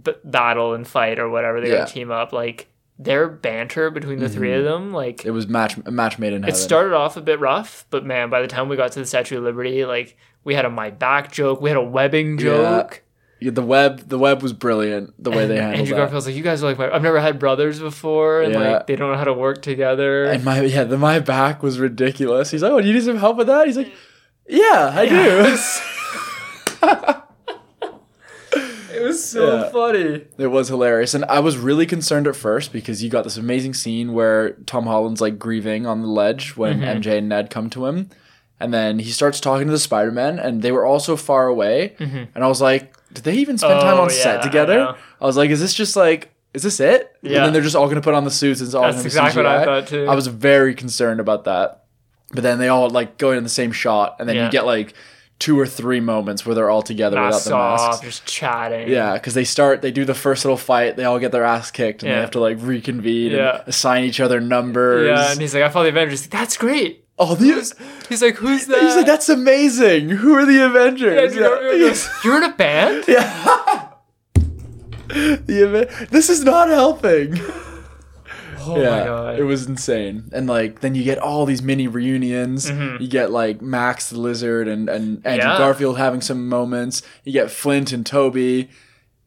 b- battle and fight or whatever, they
Yeah. Mm-hmm.
gotta team up. Like their banter between the three of them, like
It was match a match made in heaven.
it started off a bit rough, but man, by the time we got to the Statue of Liberty, like we had a my back joke, we had a webbing joke.
Yeah, the web the web was brilliant the way they
And
handled
Andrew
that.
Garfield's like, you guys are like my. I've never had brothers before, and
Yeah.
like they don't know how to work together.
And my yeah, the my back was ridiculous. He's like, "Oh, do you need some help with that?" He's like, "Yeah, I
<laughs>
<laughs>
it was so
Yeah.
funny.
do." It was hilarious, and I was really concerned at first because you got this amazing scene where Tom Holland's like grieving on the ledge
Mm-hmm.
when MJ and Ned come to him, and then he starts talking to the Spider Man, and they were all so far away, and I was like, "Did they even spend time
Mm-hmm. Oh,
on
yeah,
set
I
together?" I,
know.
was like, "Is this just like?" Is this it? And
Yeah.
then they're just all gonna put on the suits and it's all
That's
gonna be
exactly what I
CGI.
thought, too.
I was very concerned about that. But then they all like go in the same shot, and then you
Yeah.
get like two or three moments where they're all together without
Masks
the masks.
off, just chatting.
Yeah, because they start, they do the first little fight, they all get their ass kicked, and they
Yeah.
have to like reconvene
Yeah.
and assign each other numbers.
Yeah, and he's like, I follow the Avengers. He's like, That's great.
oh, these.
He's like, who's that?
<laughs> He's like, that's amazing. Who are the Avengers?
Andrew Garfield
Yeah.
goes, You're in a band?
<laughs> the Aven- this is not helping.
Oh my god.
it was insane. And like then you get all these mini reunions. You get like Max the Lizard and and Andrew
Mm-hmm. Yeah.
Garfield having some moments. You get Flint and Toby,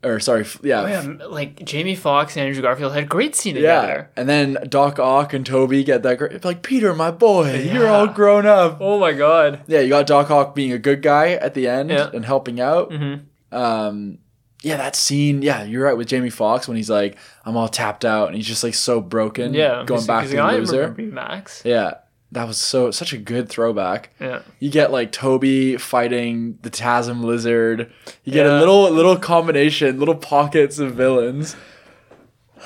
or sorry, F- yeah,
Oh yeah, m- like Jamie Foxx and Andrew Garfield had a great scene
yeah.
together.
And then Doc Ock and Toby get that great, like Peter, my boy, you're
Yeah.
all grown up.
Oh my god.
Yeah, you got Doc Ock being a good guy at the end
Yeah.
and helping out.
Mhm.
Um, yeah, that scene. Yeah, you're right with Jamie Foxx when he's like, I'm all tapped out, and he's just like so broken.
Yeah.
going
he's-
back
he's
to
like,
the
I
loser.
remember you, Max.
Yeah. That was so such a good throwback.
Yeah.
You get like Toby fighting the Tasm lizard. You get a
Yeah.
little little combination, little pockets
<gasps>
of villains.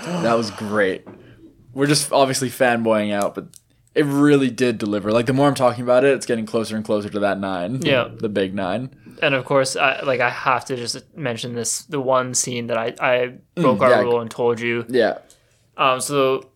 That was great. We're just obviously fanboying out, but it really did deliver. Like the more I'm talking about it, it's getting closer and closer to that nine.
Yeah.
The big nine.
And of course, I, like I have to just mention this the one scene that I, I broke our
Mm, yeah.
rule and told you.
Yeah.
Um, so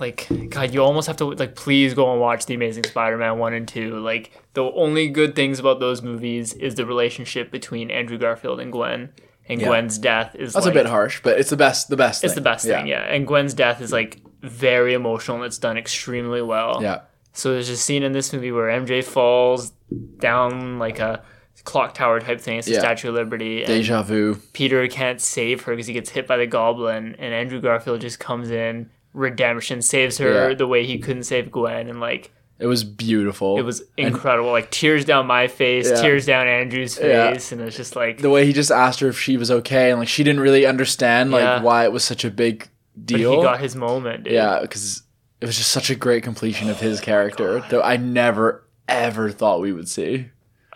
like God, you almost have to like please go and watch The Amazing Spider-Man one and two. Like the only good things about those movies is the relationship between Andrew Garfield and Gwen, and Gwen's death is
That's
like,
a bit harsh, but it's the best the best
It's the best thing, yeah. And Gwen's death is like very emotional and it's done extremely well.
Yeah.
So there's a scene in this movie where MJ falls down like a clock tower type thing. It's the
Yeah.
Statue of Liberty. And
Deja vu.
Peter can't save her because he gets hit by the goblin. And Andrew Garfield just comes in, redemption, saves her
Yeah.
the way he couldn't save Gwen. And like,
It was beautiful.
it was incredible. like, tears down my face,
Yeah.
tears down Andrew's
Yeah.
face. And it's just like,
the way he just asked her if she was okay and like she didn't really understand like
Yeah.
why it was such a big
but he
deal.
got his moment, dude.
yeah, because it was just such a great completion of
Oh
his character that I never ever thought we would see.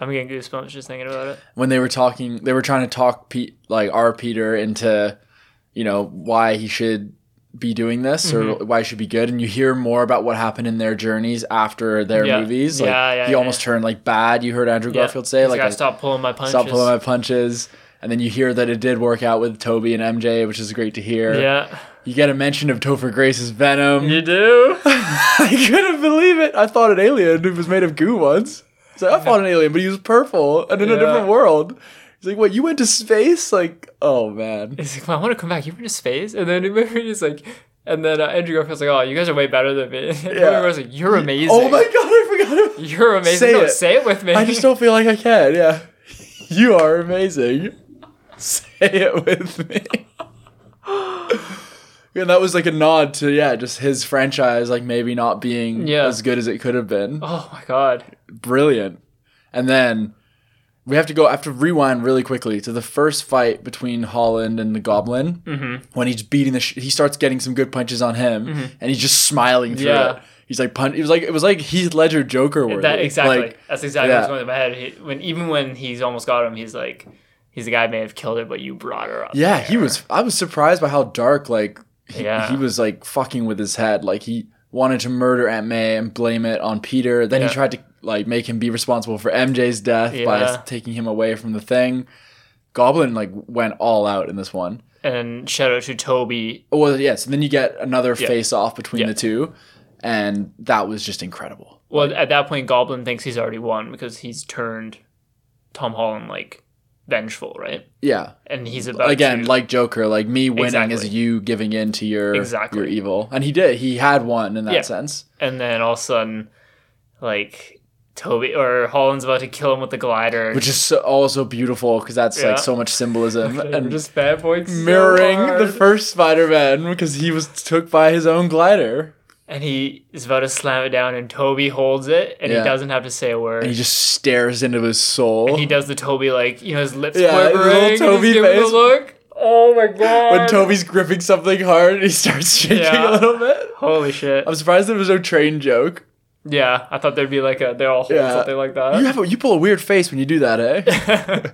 I'm getting goosebumps just thinking about it.
When they were talking, they were trying to talk Pete, like our Peter into, you know, why he should be doing this or
Mm-hmm.
why he should be good, and you hear more about what happened in their journeys after their
Yeah.
movies. Like,
Yeah, yeah,
he
yeah.
almost turned like bad. You heard Andrew Garfield say
He's
like
gotta
I-
stop pulling my punches.
stop pulling my punches. And then you hear that it did work out with Toby and MJ, which is great to hear.
Yeah,
You get a mention of Topher Grace's Venom.
<laughs> you do.
<laughs> I couldn't believe it. I thought an alien who was made of goo once. So I fought an alien, but he was purple and in a
Yeah.
different world. He's like, "What? You went to space? Like, oh man."
<laughs> He's like, "Well, I want to come back. You were just phase, and then <laughs> he's like, and then uh, Andrew Garfield's like, oh, you guys are way better than me. <laughs> And Andrew Garfield's like, you're amazing.
Oh my god, I forgot. About-
<laughs> you're amazing.
Say
Don't
it.
say it with me.
I just don't feel like I can. Yeah, you are amazing. Say it with me. And that was like a nod to yeah, just his franchise like maybe not being
Yeah.
as good as it could have been.
Oh my god.
Brilliant. And then we have to go. I have to rewind really quickly to the first fight between Holland and the Goblin
Mm-hmm.
when he's beating the. Sh- he starts getting some good punches on him, and he's just smiling through
Yeah.
it. He's like punch. It was like it was like Heath Ledger Joker. Worthy.
That exactly.
Like,
That's exactly what's
yeah.
going through my head. He, when even when he's almost got him, he's like, he's the guy who may have killed her, but you brought her up.
Yeah, he was. I was surprised by how dark, like, he,
Yeah.
he was like fucking with his head. Like he wanted to murder Aunt May and blame it on Peter. Then
Yeah.
he tried to like make him be responsible for MJ's death
Yeah.
by taking him away from the thing. Goblin like went all out in this one.
And shout out to Toby.
Oh, Well, yeah. So then you get another face off between the two, and that was just incredible.
Well, at that point, Goblin thinks he's already won because he's turned Tom Holland like vengeful, right?
Yeah.
And he's about
Again,
to-
like Joker, like me winning
Exactly.
is you giving in to your
Exactly.
your evil, and he did. He had won in that
Yeah.
sense.
and then all of a sudden, like Toby or Holland's about to kill him with the glider,
which is so, also beautiful because that's
Yeah.
like so much
<laughs>
symbolism and just
fanboying,
<laughs> mirroring the first Spider-Man because he was took by his own glider
and he is about to slam it down, and Toby holds it, and he
Yeah.
doesn't have to say a word.
and
He,
he just stares into his soul.
does the Toby like you know his lips
Yeah, his little
quivering, and he's
Toby
giving the
face.
look. Oh my god!
when Toby's gripping something hard, he starts shaking
Yeah.
a little bit.
<laughs> holy shit!
I'm surprised there was no train joke.
yeah, I thought there'd be like a they all hold
Yeah.
something like that. <laughs>
You have a, you pull a weird face when you do that, eh?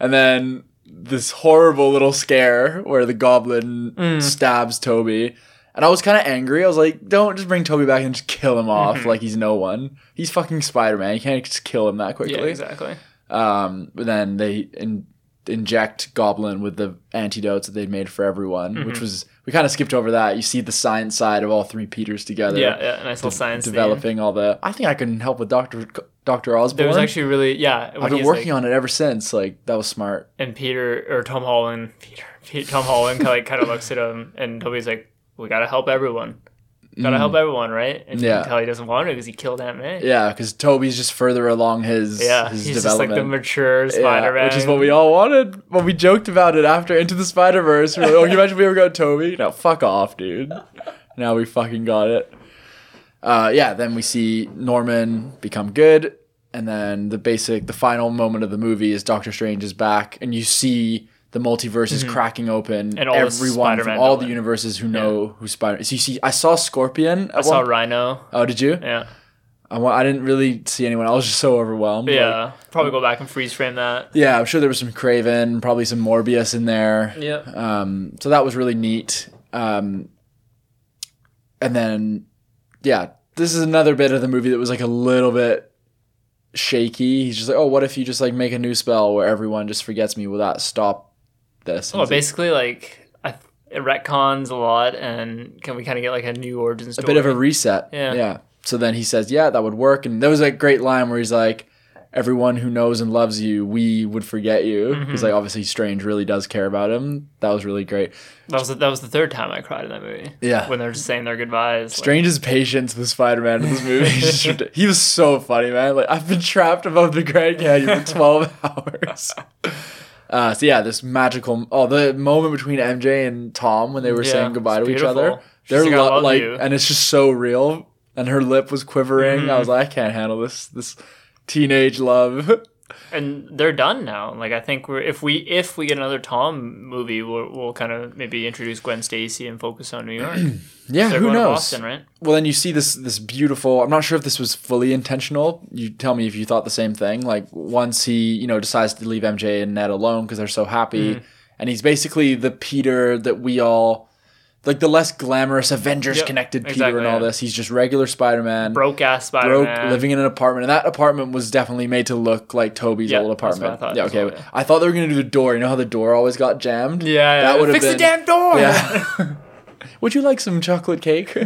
and then this horrible little scare where the goblin
Mm.
stabs Toby. And I was kind of angry. I was like, don't just bring Toby back and just kill him off
Mm-hmm.
like he's no one. He's fucking Spider Man. You can't just kill him that quickly.
yeah, exactly.
Um, but then they in, inject Goblin with the antidotes that they'd made for everyone,
Mm-hmm.
which was, we kind of skipped over that. You see the science side of all three Peters together
Yeah, yeah, nice little science. thing.
developing all the. I think I can help with Doctor Doctor Osborne.
There was actually really yeah.
I've been working on it ever since. Like that was smart.
and Peter or Tom Holland, Peter, Pete, Tom Holland kind of, kind of looks at him, and Toby's like, "We gotta help everyone, gotta help everyone, right?" And you
Mm. Yeah.
can tell he doesn't want to because he killed Aunt May.
Yeah, because Toby's just further along his
Yeah,
his
he's just like
development.
the mature
Yeah,
Spider-Man,
which is what we all wanted. When we joked about it after Into the Spider Verse, we were like, "Oh, can you imagine if we ever got Toby?" No, fuck off, dude. Now we fucking got it. Uh, yeah, then we see Norman become good, and then the basic, the final moment of the movie is Doctor Strange is back, and you see the multiverse is cracking open,
Mm-hmm. And all the
everyone from
Spider-Man
all the
villain.
universes who know who Spider. So you see, I saw Scorpion.
I saw Rhino.
Oh, did you?
Yeah.
I, wa- I didn't really see anyone. I was <laughs> just so overwhelmed. like-
Yeah. Probably go back and freeze frame that.
yeah, I'm sure there was some Craven, probably some Morbius in there.
Yeah.
Um, so that was really neat. Um, and then, yeah, this is another bit of the movie that was like a little bit shaky. He's just like, oh, what if you just like make a new spell where everyone just forgets me? Will that stop this? And
Well,
it's like,
basically, like I th- it retcons a lot, and can we kind of get like a new origin story?
a bit of a reset.
Yeah.
Yeah. So then he says, yeah, that would work. And there was a great line where he's like, everyone who knows and loves you, we would forget you. He's like, obviously, Strange really does care about him. That was really great.
that was the, that was the third time I cried in that movie.
Yeah.
when they're just saying their goodbyes.
Strange's patience with Spider-Man in
<laughs>
this movie. is just ridic- he was so funny, man. Like I've been trapped above the Grand Canyon for twelve <laughs> hours. Uh, so yeah, this magical oh the moment between MJ and Tom when they were
Yeah,
saying goodbye
it's
to each other.
beautiful. She's
They're
like, "I
lo-
love
like,
you."
and it's just so real. And her lip was quivering. I
Mm-hmm.
was like, I can't handle this. This teenage love.
Like, and they're done now. Like I think we're if we if we get another Tom movie, we'll, we'll kind of maybe introduce Gwen Stacy and focus on New
<clears throat>
York.
yeah,
They're
who
going
knows?
to Boston, right?
well then you see this this beautiful i'm not sure if this was fully intentional you tell me if you thought the same thing like once he you know decides to leave mj and ned alone because they're so happy
Mm.
and he's basically the peter that we all like the less glamorous avengers
Yep,
connected peter
exactly,
and all
yeah.
this he's just regular spider-man
Broke ass Spider
broke,
Man.
living in an apartment, and that apartment was definitely made to look like Toby's
Yeah,
old
that's what I
apartment.
thought
yeah,
as
okay.
well, yeah.
I thought they were gonna do the door. You know how the door always got jammed?
Yeah, yeah.
that would have
Fix
been
the damn door. <laughs>
Yeah. Would you like some chocolate cake? <laughs>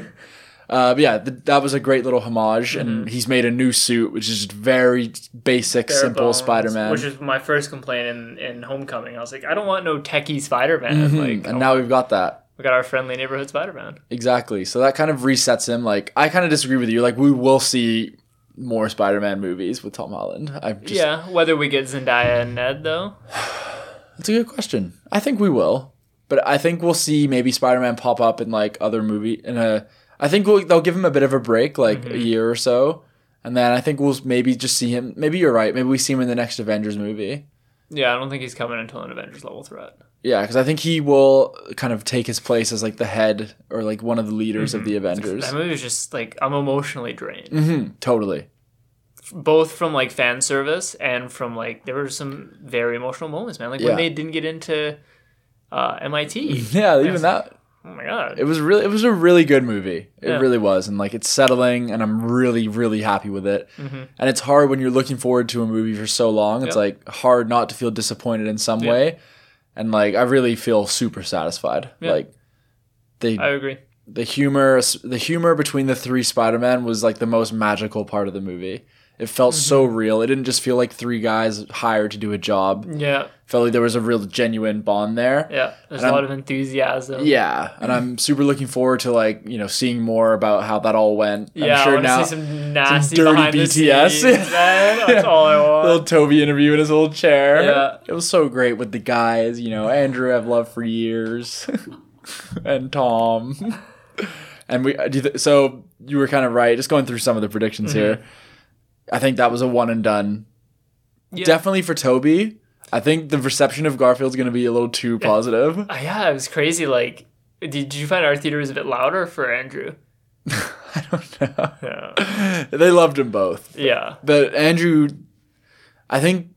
Uh, but yeah, th- that was a great little homage, and he's made a new suit, which is very basic,
Mm-hmm. Bare
simple
bones,
Spider-Man.
which is my first complaint in, in Homecoming. I was like, I don't want no techie Spider Man.
Hmm,
Like, oh,
and now we've got that
we got our friendly neighborhood Spider Man.
exactly. So that kind of resets him. Like I kind of disagree with you. Like we will see more Spider-Man movies with Tom Holland. I'm just
yeah, whether we get Zendaya and Ned though,
That's a good question. I think we will, but I think we'll see maybe Spider-Man pop up in like other movie in a. I think we'll, they'll give him a bit of a break, like a year or so, and then I think we'll maybe just see him. Maybe you're right. Maybe we see him in the next Avengers movie.
yeah, I don't think he's coming until an Avengers level threat.
Yeah, because I think he will kind of take his place as like the head or like one of the leaders of the Avengers.
That movie was just like I'm emotionally drained,
Mhm, totally. <laughs>
both from like fan service and from like there were some very emotional moments, man. Like
Yeah.
when they didn't get into uh, MIT.
Yeah, even that.
oh my god,
It was really. It was a really good movie. It
Yeah.
really was, and like it's settling, and I'm really, really happy with it. And it's hard when you're looking forward to a movie for so long. It's
Mm-hmm. Yeah.
like hard not to feel disappointed in some way. And like I really feel super satisfied.
Yeah.
Like the
I agree.
the humor, the humor between the three Spider Men was like the most magical part of the movie. It felt so
Mm-hmm.
real. It didn't just feel like three guys hired to do a job.
Yeah,
felt like there was a real genuine bond there.
Mm. yeah. There's
And
a lot
I'm-
of enthusiasm.
Yeah, and I'm super looking forward to like you know seeing more about how that all went.
Yeah,
I'm
i
sure
want to
now
see some nasty
dirty
behind
BTS.
the scenes. man. That's all I want.
<laughs> little Toby interview in his old chair.
Yeah.
it was so great with the guys. You know, Andrew I've loved for years, <laughs> and Tom, <laughs> and we. uh, Do you th- so you were kind of right. Just going through some of the predictions here. I think that was a one and done.
Mm-hmm. Yeah.
Definitely for Toby. I think the reception of Garfield's going to be a little too positive. <laughs>
Uh, yeah, it was crazy. Like, did you find our theater was a bit louder for Andrew?
I don't know.
Yeah.
They loved him both.
<laughs> Yeah.
But Andrew, I think,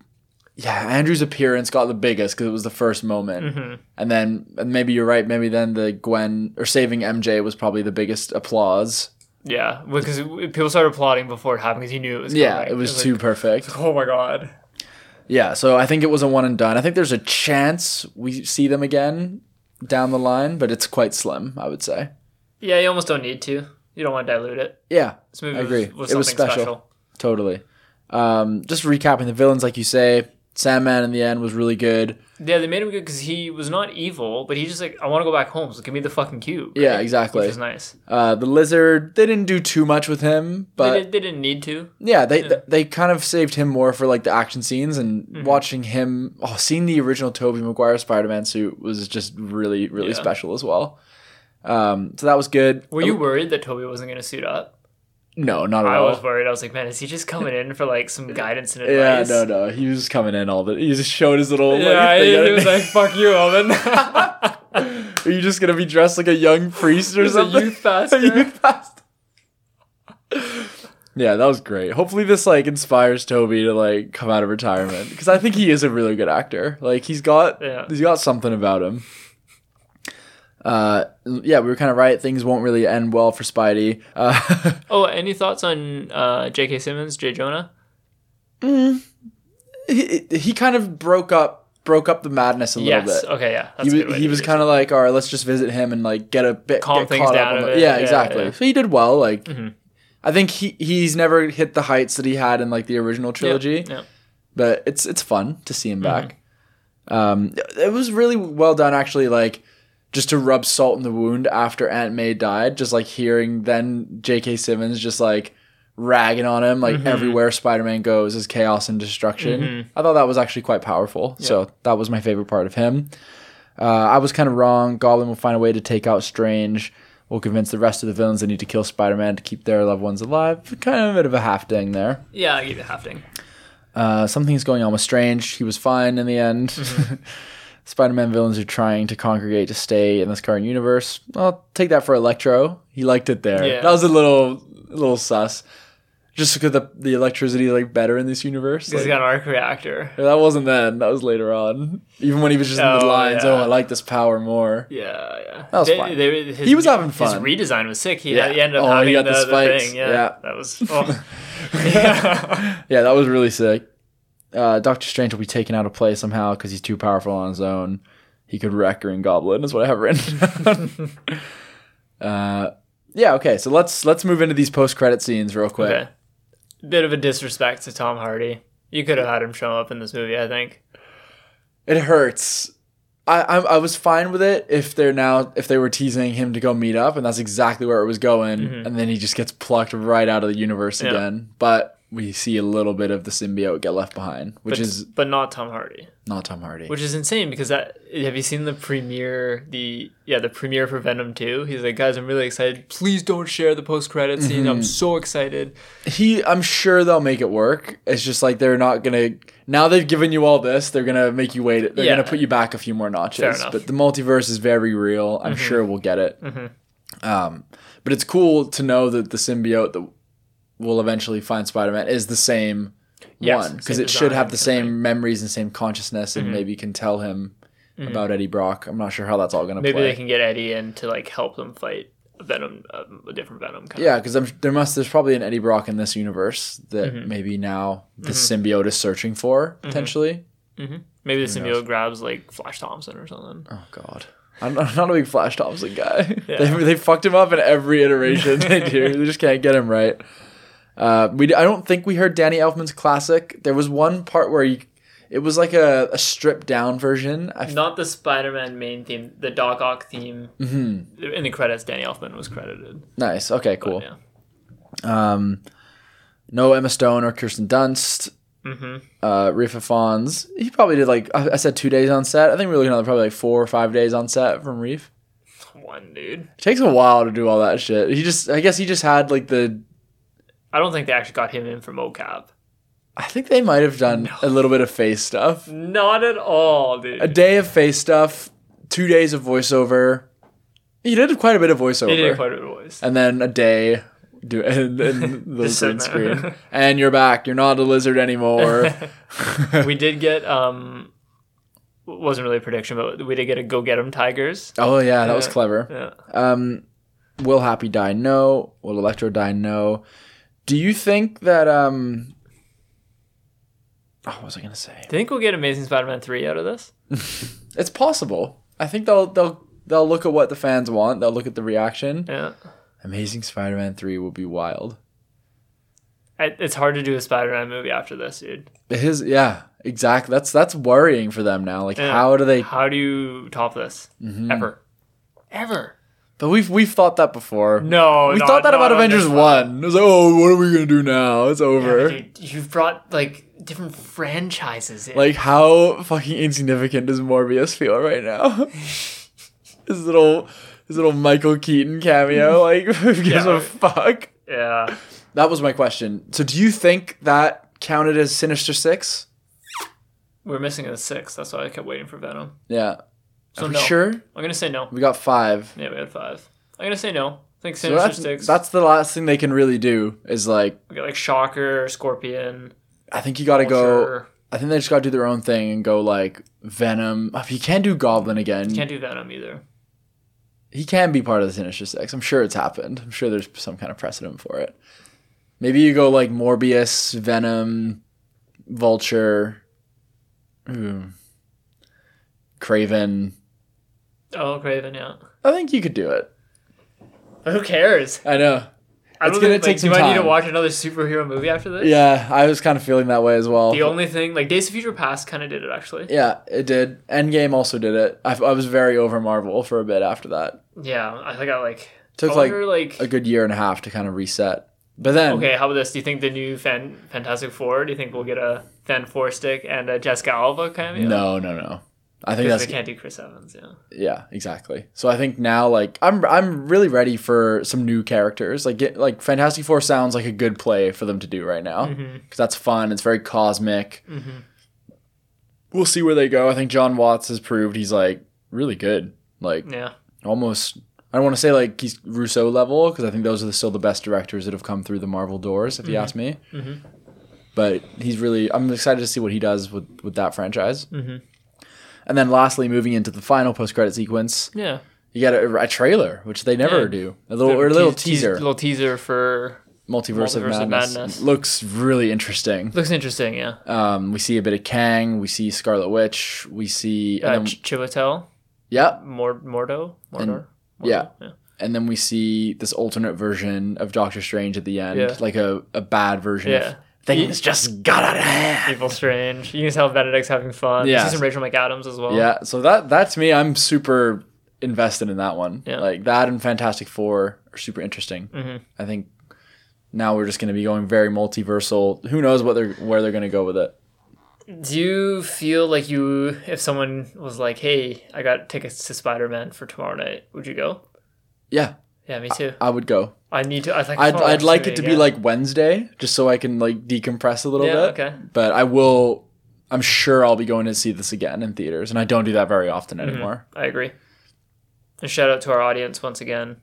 yeah, Andrew's appearance got the biggest because it was the first moment, and then and maybe you're right. Maybe then the Gwen or saving MJ was probably the biggest applause.
Yeah. Because people started applauding before it happened because he knew it was
Yeah,
coming.
it was
like,
too perfect.
oh my God.
Yeah, so I think it was a one and done. I think there's a chance we see them again down the line, but it's quite slim, I would say.
Yeah, you almost don't need to. You don't want to dilute it.
Yeah,
This movie
I agree.
was, was
it
something
was
special.
Totally. Um, just recapping the villains, like you say, Sandman in the end was really good.
Yeah, they made him good because he was not evil, but he just like, I want to go back home, so give me the fucking cube.
Yeah,
right?
exactly.
Which was nice.
Uh, the lizard, they didn't do too much with him, but
they, did, they didn't need to.
Yeah, they th they kind of saved him more for like the action scenes and
Mm-hmm.
watching him. Oh, seeing the original Tobey Maguire Spider Man suit was just really really
Yeah.
special as well. Um, so that was good.
Were you worried that Toby wasn't going to suit up?
No, not at
I
all.
was worried. I was like, man, is he just coming in for like
<laughs>
some guidance and
Oh. yeah,
advice?
no, no. He was coming in all the. He just showed his little.
<laughs>
like,
Yeah,
thing
he,
at
he
it. <laughs>
was like, fuck you, Owen.
Are you just gonna be dressed like a young priest or
There's a
something?
youth pastor.
<laughs> A youth pastor. yeah, that was great. Hopefully, this like inspires Toby to like come out of retirement because I think he is a really good actor. Like he's got
Yeah.
he's got something about him. Uh, yeah, we were kind of right. Things won't really end well for Spidey. Uh,
<laughs>
<laughs>
Oh, any thoughts on uh, J.K. Simmons, J. Jonah?
he, he kind of broke up broke up the madness a little
Yes.
bit.
Okay, yeah. That's a
he
good
was,
way
he
to
was
do
kind of like, all right, let's just visit him and like get a bit
Calm
get
things
caught
down
up
a
on the-
bit.
Yeah,
Yeah,
exactly.
yeah.
So he did well. Like,
Mhm.
I think he he's never hit the heights that he had in like the original
it. Yeah,
trilogy,
yeah.
but it's it's fun to see him back. Um, it was really well done actually. Like, just to rub salt in the wound after Aunt May died, just like hearing then J.K. Simmons just like ragging on him like everywhere spider-man goes is chaos and destruction i thought that was actually quite powerful so that was my favorite part of him uh, I was kind of wrong. Goblin will find a way to take out Strange. Will convince the rest of the villains they need to kill Spider Man to keep their loved ones alive. Kind of a bit of a half ding there.
Yeah, I give it a half ding.
Uh, something's going on with Strange. He was fine in the end.
Mm-hmm.
<laughs> Spider Man villains are trying to congregate to stay in this current universe. I'll take that for Electro. He liked it there.
Yeah.
That was a little little sus. Just because the, the electricity is like better in this universe.
He's
Like,
got an arc reactor.
that wasn't then. That was later on. Even when he was just in the
Oh,
lines,
yeah.
oh, I like this power more.
Yeah, yeah.
That was
They-
fun.
they- his-
He was having
His
fun.
redesign was sick. He,
Yeah.
he ended up
Oh,
having
he got
the,
the
the
spikes.
thing. Yeah,
Yeah.
that
<laughs>
was. Oh. yeah. <laughs>
Yeah, that was really sick. Uh, Doctor Strange will be taken out of play somehow because he's too powerful on his own. He could wreck Green Goblin, is what I have written. <laughs> down. uh, yeah. Okay. So let's let's move into these post credit scenes real quick.
<laughs> Okay. Bit of a disrespect to Tom Hardy. You could have had him show up in this movie, I think.
It hurts. I, I I was fine with it if they're now if they were teasing him to go meet up and that's exactly where it was going and then he just gets plucked right out of the universe
Mm-hmm. Yeah.
again. But we see a little bit of the symbiote get left behind, which
But,
is
but not Tom Hardy,
not Tom Hardy.
which is insane because that. Have you seen the premiere? The yeah, the premiere for Venom Two. He's like, guys, I'm really excited. Please don't share the post credit scene.
Mm-hmm.
I'm so excited.
he i'm sure they'll make it work it's just like they're not gonna now they've given you all this they're gonna make you wait they're
Yeah.
gonna put you back a few more
Fair
notches
enough. Mm-hmm.
but the multiverse is very real i'm sure we'll get it um, but it's cool to know that the symbiote that will eventually find spider-man is the same
Yes,
one because
same
it should
design,
have the
same Mm-hmm.
same memories and same consciousness and maybe can tell him about eddie brock i'm not sure how that's all gonna
Maybe
play
they can get Eddie in to like help them fight a Venom, um, a different Venom. Kind
Yeah, because there must there's probably an Eddie Brock in this universe that maybe now the symbiote is searching for potentially.
Maybe the symbiote grabs like Flash Thompson or something.
Oh God, I'm not, I'm not a big Flash Thompson guy. <laughs> they, they fucked him up in every iteration they do. They just can't get him right. Uh, we d- I don't think we heard Danny Elfman's classic. There was one part where he, it was like a, a stripped down version. I f-
Not the Spider-Man main theme, the Doc Ock theme. Mm-hmm. In the credits, Danny Elfman was credited.
nice. Okay. Cool.
yeah.
Um, no Emma Stone or Kirsten Dunst.
Mm-hmm.
uh, Rifa Fons. He probably did like I, I said two days on set. I think we we're looking at probably like four or five days on set from Reef.
One dude.
It takes a while to do all that shit. He just I guess he just had like the
I don't think they actually got him in for mocap.
I think they might have done a little bit of face stuff.
Not at all,
A
dude.
day of face stuff, two days of voiceover. He did quite a bit of voiceover.
They did quite a voice.
and then a day do <laughs>
<laughs>
and, and the
Just
green
sitting there.
screen. And you're back. You're not a lizard anymore.
<laughs>
<laughs>
we did get um, wasn't really a prediction, but we did get a go get 'em tigers.
oh yeah, that was
Yeah.
clever.
Yeah.
Um, will Happy die? No. Will Electro die? No. Do you think that um? Oh, what was I gonna say?
Do you think we'll get Amazing Spider-Man three out of this?
It's possible. I think they'll they'll they'll look at what the fans want. They'll look at the reaction.
Yeah.
Amazing Spider-Man three will be wild.
I, it's hard to do a Spider-Man movie after this, dude.
His yeah, exactly. That's that's worrying for them now. Like
Yeah.
how do they?
How do you top this
Mm-hmm.
ever? Ever?
But we've we've thought that before.
No,
we
not-
thought that
not
about
on
Avengers
this
one. It was like, oh, what are we gonna do now? It's over.
Dude, you've brought like different franchises in.
Like how fucking insignificant does Morbius feel right now? <laughs> his <laughs> little his little Michael Keaton cameo, like who gives
Yeah.
a fuck?
yeah,
That was my question. So do you think that counted as Sinister Six?
We're missing a six. That's why I kept waiting for Venom.
Yeah.
So
Are we
no.
sure?
I'm gonna say no.
We got five.
Yeah, we had five. I'm gonna say no. I think
So
Sinister
that's,
Six.
that's the last thing they can really do is like
we got like Shocker, Scorpion.
I think you gotta go
Vulture.
I think they just gotta do their own thing and go like Venom. Oh, He can do Goblin again.
Can't do Venom either.
he can be part of the Sinister Six. I'm sure it's happened. I'm sure there's some kind of precedent for it. Maybe you go like Morbius, Venom, Vulture, ooh, Craven.
Oh, Craven. Yeah.
I think you could do it.
Who cares?
I know.
I
It's
don't
gonna
think,
take
like,
some
Do I need to
time.
watch another superhero movie after this?
Yeah, I was kind of feeling that way as well.
The only thing, like Days of Future Past, kind of did it actually.
yeah, it did. Endgame also did it. I, I was very over Marvel for a bit after that.
Yeah, I think I like
Took,
I
like,
wonder, like,
A good year and a half to kind of reset. But then,
okay. How about this? Do you think the new Fan- Fantastic Four? Do you think we'll get a Fan Four stick and a Jessica Alba cameo?
no, no, no. I think
because
that's
they can't do Chris Evans. Yeah,
yeah exactly so i think now like i'm i'm really ready for some new characters like get, like fantastic four sounds like a good play for them to do right now because that's fun it's very cosmic we'll see where they go i think john watts has proved he's like really good like
yeah.
almost i don't want to say like he's rousseau level because i think those are still the best directors that have come through the marvel doors if you
Mm-hmm.
ask me but he's really i'm excited to see what he does with with that franchise
Mm-hmm.
and then lastly moving into the final post-credit sequence
Yeah.
you get a, a trailer, which they never
Yeah.
do. A little, or a little
Teas- teas-
teaser.
little teaser for
Multiverse, of,
Multiverse of
Madness.
Madness.
looks really interesting.
looks interesting. Yeah,
Um, we see a bit of Kang. We see Scarlet Witch. We see,
uh,
and then,
Ch- Chiwetel,
yep,
Mor- Mordo, Mordor. Mordor?
yeah.
yeah.
and then we see this alternate version of Doctor Strange at the end,
Yeah.
like a, a bad version.
Yeah.
of things just got out of hand.
People Strange. You can tell Benedict's having fun.
Yeah.
You see some Rachel McAdams as well.
Yeah, so that that to me, I'm super invested in that one.
Yeah. Mm-hmm.
Like that and Fantastic Four are super interesting. I think now we're just going to be going very multiversal. Who knows what they're where they're going to go with it?
Do you feel like you, if someone was like, "Hey, I got tickets to Spider Man for tomorrow night," would you go?
Yeah,
Yeah, me too.
I would go.
I, need to. I think
I'd
oh,
I'd like it to be
yeah.
like Wednesday, just so I can like decompress a little
Yeah,
bit.
okay.
But I will. I'm sure I'll be going to see this again in theaters, and I don't do that very often
Mm-hmm.
anymore.
I agree. And shout out to our audience once again.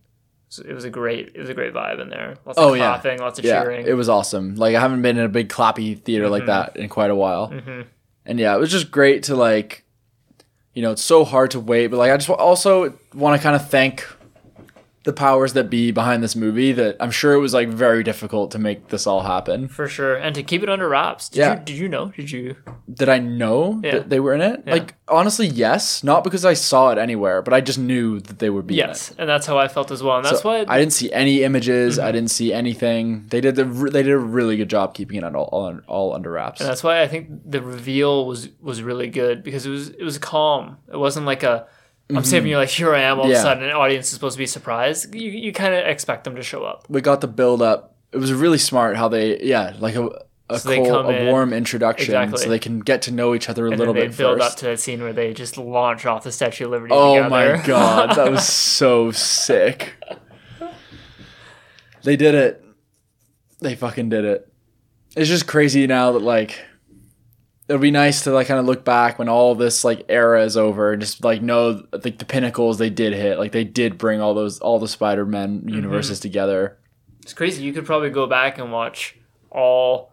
So It was a great, it was a great vibe in there. Lots of
Oh, yeah.
clapping, lots of
Yeah,
cheering. Mm-hmm.
it was awesome. Like I haven't been in a big clappy theater like that in quite a while. And yeah, it was just great to like, you know, it's so hard to wait, but like I just wa- also want to kind of thank the powers that be behind this movie. That I'm sure it was like very difficult to make this all happen.
for sure. And to keep it under wraps. Did
Yeah.
You, did you know? Did you?
Did I know
Yeah.
that they were in it? Like honestly, yes. Not because I saw it anywhere, but I just knew that they would be in it.
Yes. And that's how I felt as well. And that's
So
why Mm-hmm.
I didn't see any images. I didn't see anything. They did the re- they did a really good job keeping it all all, all under wraps.
And that's why I think the reveal was was really good because it was it was calm. It wasn't like a I'm saving you like here I am all of
Mm-hmm. Yeah.
a sudden an audience is supposed to be surprised. You you kind of expect them to show up.
we got the build up. It was really smart how they yeah like a a,
So they
cold-
come
a
in-
warm introduction
Exactly.
so they can get to know each other a
And
little
then they
bit
build
first.
up to that scene where they just launch off the Statue of Liberty.
oh
together. <laughs>
my god, that was so sick. They did it. They fucking did it. It's just crazy now that like it'll be nice to like kind of look back when all this like era is over and just like know like the pinnacles they did hit. Like they did bring all those all the
Mm-hmm.
Spider-Man universes together.
it's crazy. You could probably go back and watch all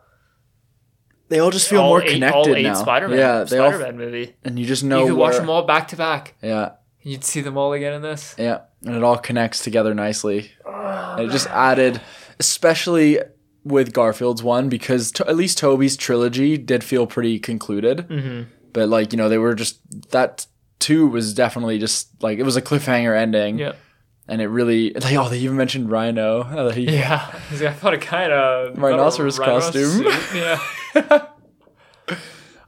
They all just feel
all
more
eight,
connected
all eight
now.
Spider-Man
yeah, they all
Spider-Man movie.
and you just know
you could watch
where-
them all back to back.
Yeah,
You'd see them all again in this. <laughs>
yeah, and it all connects together nicely. And it just added, especially with Garfield's one, because to, at least Toby's trilogy did feel pretty concluded. But like you know, they were just that two was definitely just like it was a cliffhanger ending.
Yep.
and it really like oh they even mentioned Rhino. <laughs> Oh, he-
Yeah, he's got a kind of
Rhinoceros costume.
<laughs> Yeah.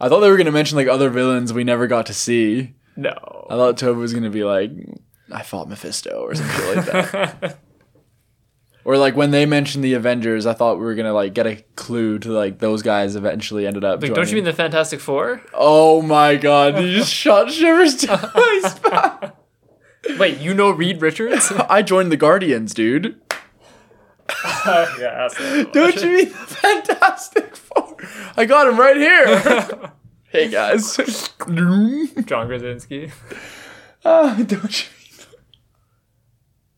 I thought they were gonna mention like other villains we never got to see.
No.
<laughs>
<laughs>
I thought Toby was gonna be like, I fought Mephisto or something like that. or like when they mentioned the Avengers, I thought we were gonna like get a clue to like those guys eventually ended up.
Like, don't you
joining.
mean the Fantastic Four?
Oh my god! You
<laughs>
just shot shivers down my spine.
Wait, you know Reed Richards?
I joined the Guardians, dude.
<laughs> yeah, that's it.
Don't you mean the Fantastic Four? I got him right here. <laughs> hey guys. <laughs> Ah,
<laughs> John Krasinski.
don't you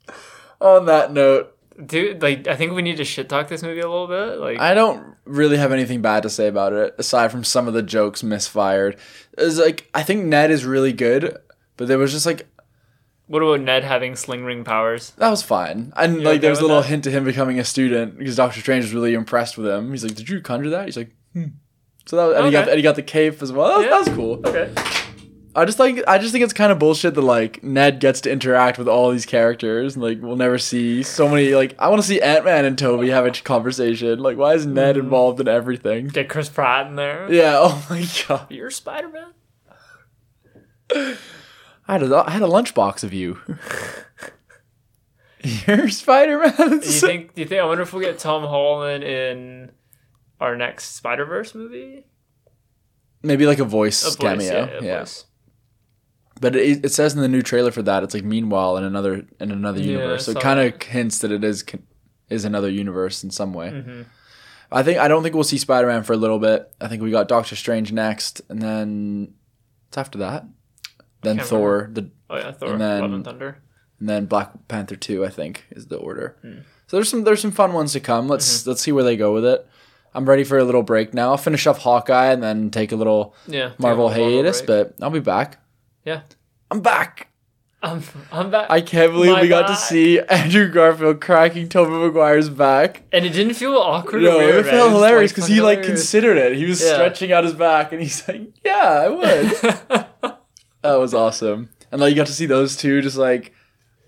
mean- On that note,
Dude, like I think we need to shit talk this movie a little bit. Like
I don't really have anything bad to say about it aside from some of the jokes misfired. It's like I think Ned is really good, but there was just like
what about Ned having sling ring powers?
that was fine. And like
okay
there was a
with
little
that?
hint to him becoming a student because Doctor Strange was really impressed with him. He's like, "Did you conjure that?" He's like, "Hmm." So that was, and, he got,
Okay.
and he got the cape as well. That was, that
Yeah.
was cool.
Okay.
I just like I just think it's kind of bullshit that like Ned gets to interact with all these characters and like we'll never see so many like I want to see Ant Man and Toby have a conversation. Like why is Ned
Mm-hmm.
involved in everything?
Get Chris Pratt in there.
Yeah. <laughs> Oh my god.
You're Spider Man?
I had a, I had a lunchbox of you. <laughs> You're Spider Man.
Do you think do you think I wonder if we'll get Tom Holland in our next Spider Verse movie?
<laughs> Maybe like a voice,
A voice,
cameo.
yeah,
Yeah.
a voice.
But it, it says in the new trailer for that it's like meanwhile in another in another
Yeah,
universe. so it
so-
kind of hints that it is con- is another universe in some way.
Mm-hmm.
I think I don't think we'll see Spider Man for a little bit. I think we got Doctor Strange next, and then it's after that. Then
can't
Thor, the
Oh yeah, Thor,
And then-
Love and Thunder.
and then Black Panther two. I think is the order.
Hmm.
So there's some there's some fun ones to come. Let's
Mm-hmm.
let's see where they go with it. I'm ready for a little break now. I'll finish off Hawkeye and then take a little
Yeah. take a
Marvel
little
hiatus,
break.
but I'll be back.
Yeah.
I'm back.
I'm I'm back
I can't believe
My
we got
back.
to see Andrew Garfield cracking Tobey Maguire's back.
and it didn't feel awkward.
No,
or weird,
it
right?
felt
was
hilarious because he like
fucking
considered it. He was
Yeah.
stretching out his back, and he's like, "Yeah, I would."
<laughs> hilarious.
that was awesome. And like you got to see those two just like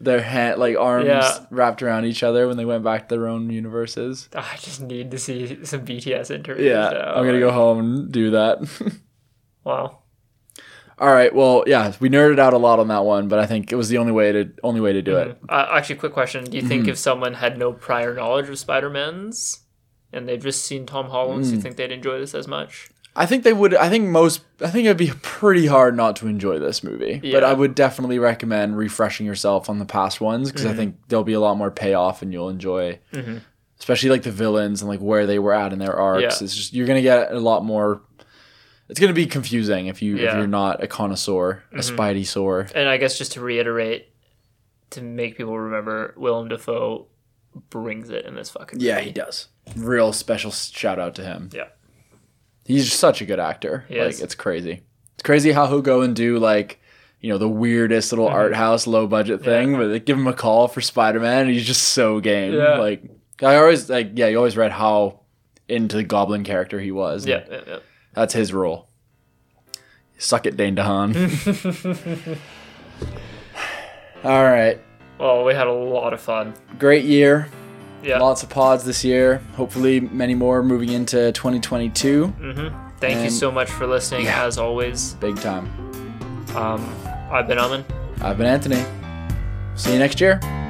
their hand, like arms
Yeah.
wrapped around each other when they went back to their own universes.
<laughs> I just need to see some BTS interviews.
Yeah,
now.
I'm gonna go home and do that. <laughs>
Wow.
All right, well, yeah, we nerded out a lot on that one, but I think it was the only way to only way to do it.
Uh, actually, quick question: Do you
Mm-hmm.
think if someone had no prior knowledge of Spider-Man's and they've just seen Tom Holland's,
Mm.
do you think they'd enjoy this as much?
I think they would. I think most. I think it'd be pretty hard not to enjoy this movie. But
Yeah.
I would definitely recommend refreshing yourself on the past ones because
Mm-hmm.
I think there'll be a lot more payoff and you'll enjoy, especially like the villains and like where they were at in their arcs.
Yeah.
It's just you're gonna get a lot more. It's gonna be confusing if you if
Yeah. Mm-hmm.
you're not a connoisseur, a Spidey sore.
And I guess just to reiterate, to make people remember, Willem Dafoe brings it in this fucking. movie.
does. Real special s- shout out to him.
Yeah.
He's such a good actor.
He
like
is.
it's crazy. It's crazy how he'll go and do like, you know, the weirdest little
Mm-hmm.
art house, low budget thing, but they give him a call for Spider Man and he's just so game.
Yeah.
Like I always like yeah, you always read how into the goblin character he was.
Yeah, yeah, yeah.
That's his role. Suck it, Dane DeHaan.
<laughs>
All right.
Well, we had a lot of fun.
Great year.
Yeah.
Lots of pods this year. Hopefully, many more moving into 2022.
mm-hmm. Thank you
and-
so much for listening, as always.
Big time.
Um, I've been Amin.
I've been Anthony. See you next year.